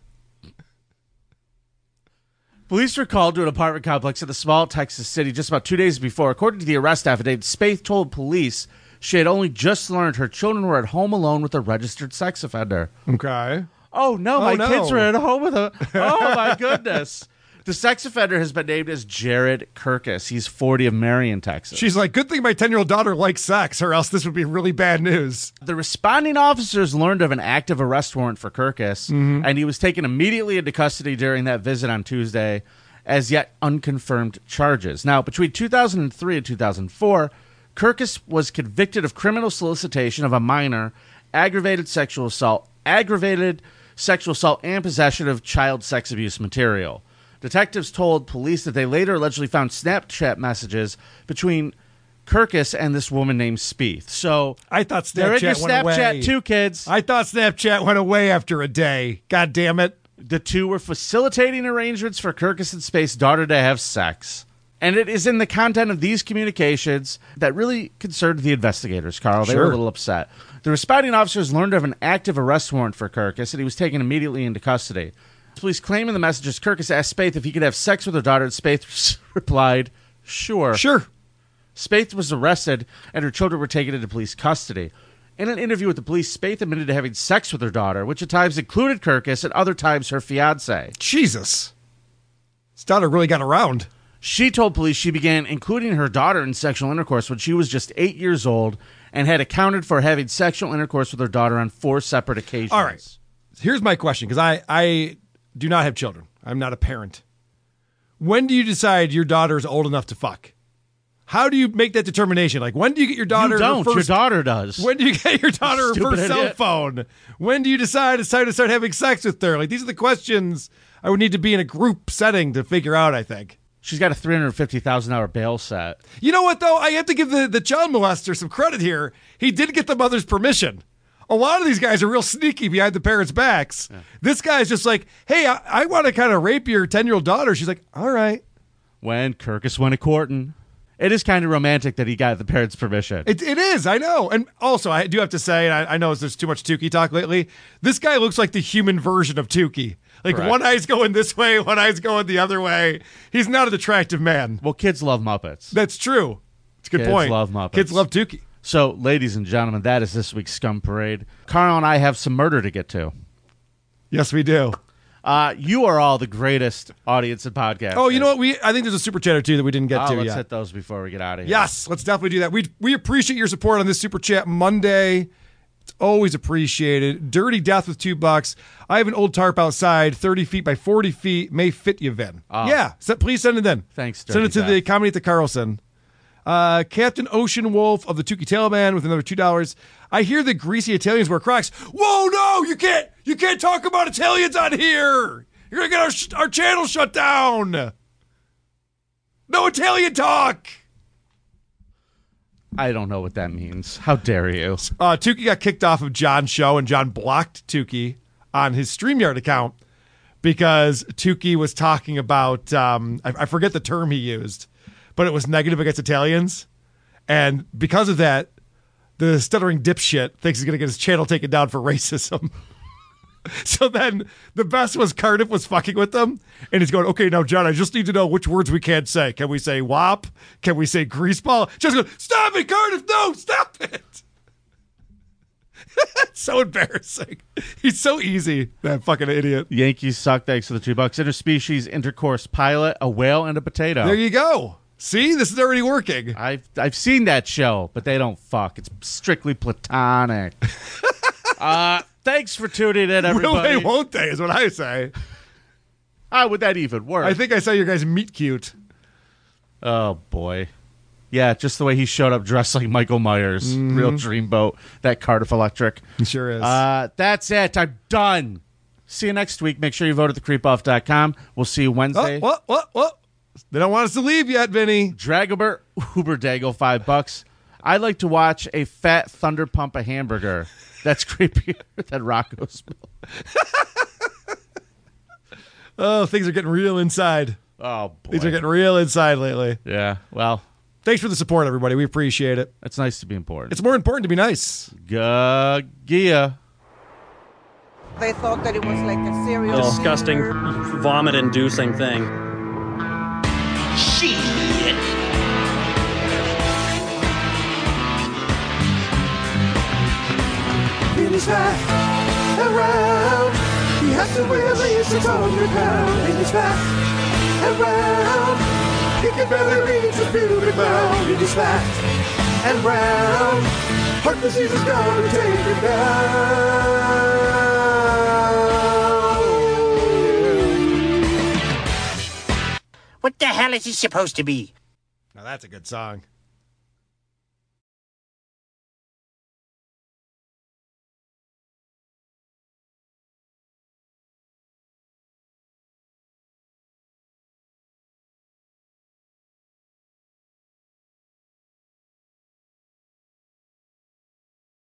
Police were called to an apartment complex in the small Texas city just about two days before. According to the arrest affidavit, Spaeth told police she had only just learned her children were at home alone with a registered sex offender. Okay. Oh no, my no. kids were at home with a. Oh my goodness. The sex offender has been named as Jared Kirkus. He's 40 of Marion, Texas. She's like, good thing my 10 year old daughter likes sex, or else this would be really bad news. The responding officers learned of an active arrest warrant for Kirkus, and he was taken immediately into custody during that visit on Tuesday, as yet unconfirmed charges. Now, between 2003 and 2004, Kirkus was convicted of criminal solicitation of a minor, aggravated sexual assault, aggravated sexual assault, and possession of child sex abuse material. Detectives told police that they later allegedly found Snapchat messages between Kirkus and this woman named Spieth. So I thought Snapchat they're in your went Snapchat away. too, kids. I thought Snapchat went away after a day. God damn it. the two were facilitating arrangements for Kirkus and Space's daughter to have sex. And it is in the content of these communications that really concerned the investigators, Carl. They were a Sure. little upset. The responding officers learned of an active arrest warrant for Kirkus, and he was taken immediately into custody. Police claim in the messages Kirkus asked Spaeth if he could have sex with her daughter, and Spaeth replied, Sure. Sure. Spaeth was arrested and her children were taken into police custody. In an interview with the police, Spaeth admitted to having sex with her daughter, which at times included Kirkus and other times her fiance. Jesus. This daughter really got around. She told police she began including her daughter in sexual intercourse when she was just eight years old and had accounted for having sexual intercourse with her daughter on four separate occasions. All right. Here's my question because I, I do not have children, I'm not a parent. When do you decide your daughter is old enough to fuck? How do you make that determination? Like, when do you get your daughter You her don't. Your first- daughter does. When do you get your daughter her Stupid first cell idiot. phone? When do you decide it's time to start having sex with her? Like these are the questions I would need to be in a group setting to figure out, I think. She's got a $350,000 bail set. You know what though? I have to give the, the child molester some credit here. He did get the mother's permission. A lot of these guys are real sneaky behind the parents' backs. This guy's just like, hey, I, I want to kind of rape your 10 year old daughter. She's like, all right. When Kirkus went a courtin'. It is kind of romantic that he got the parents' permission. It, it is, I know. And also, I do have to say, and I, I know there's too much Tukey talk lately, this guy looks like the human version of Tukey. Like Correct. one eye's going this way, one eye's going the other way. He's not an attractive man. well, kids love Muppets. That's true. It's a good Kids point. love Muppets. Kids love Tukey. So, ladies and gentlemen, that is this week's Scum Parade. Carl and I have some murder to get to. Yes, we do. Uh, you are all the greatest audience in podcast. Oh, you know what? We I think there's a super chat or two that we didn't get Oh, to let's yet. hit those before we get out of here. Yes, let's definitely do that. We we appreciate your support on this super chat Monday. always appreciated. Dirty Death with two bucks. I have an old tarp outside, 30 feet by 40 feet, may fit you then. Ah. Yeah, so please send it then. Thanks, Send it Dirty to the Death. comedy at the Carlson. Uh, Captain Ocean Wolf of the Tukey Tailman with another two dollars. I hear the greasy Italians wear Crocs. Whoa, no, you can't, you can't talk about Italians on here. You're gonna get our sh- our channel shut down. No Italian talk. I don't know what that means. How dare you? Uh, Tukey got kicked off of John's show, and John blocked Tukey on his StreamYard account because Tukey was talking about, um, I, I forget the term he used, but it was negative against Italians. And because of that, the stuttering dipshit thinks he's going to get his channel taken down for racism. so then the best was Cardiff was fucking with them, and he's going, okay, now, John, I just need to know which words we can't say. Can we say wop? Can we say greaseball? Just go, stop it, Cardiff! No, stop it! so embarrassing. He's so easy, that fucking idiot. Yankees suck. Thanks for the two bucks. Interspecies intercourse pilot, a whale and a potato. There you go. See, this is already working. I've I've seen that show, but they don't fuck. It's strictly platonic. uh, thanks for tuning in, Will everybody. they, won't they, is what I say. How would that even work? I think I saw your guys meet cute. Oh boy. Yeah, just the way he showed up dressed like Michael Myers. Real dreamboat. That Cardiff Electric. sure is. Uh, that's it. I'm done. See you next week. Make sure you vote at thecreepoff.com. We'll see you Wednesday. What, what, what? They don't want us to leave yet, Vinny. Dragobert Uberdago, five bucks. I like to watch a fat thunder pump a hamburger. That's creepier than Rocco's. Oh, things are getting real inside. Oh, boy. Things are getting real inside lately. Yeah. Well, Thanks for the support, everybody. We appreciate it. it's nice to be important. It's more important to be nice. It's Gia. They thought that it was like a serial disgusting, vomit inducing thing. Shit. Vinny's back around. He has to wear at least 600 pounds. Vinny's back around. He can barely reach his pubic mound. Vinny's back and round. Heart disease is gonna take him down. What the hell is he supposed to be? Now that's a good song.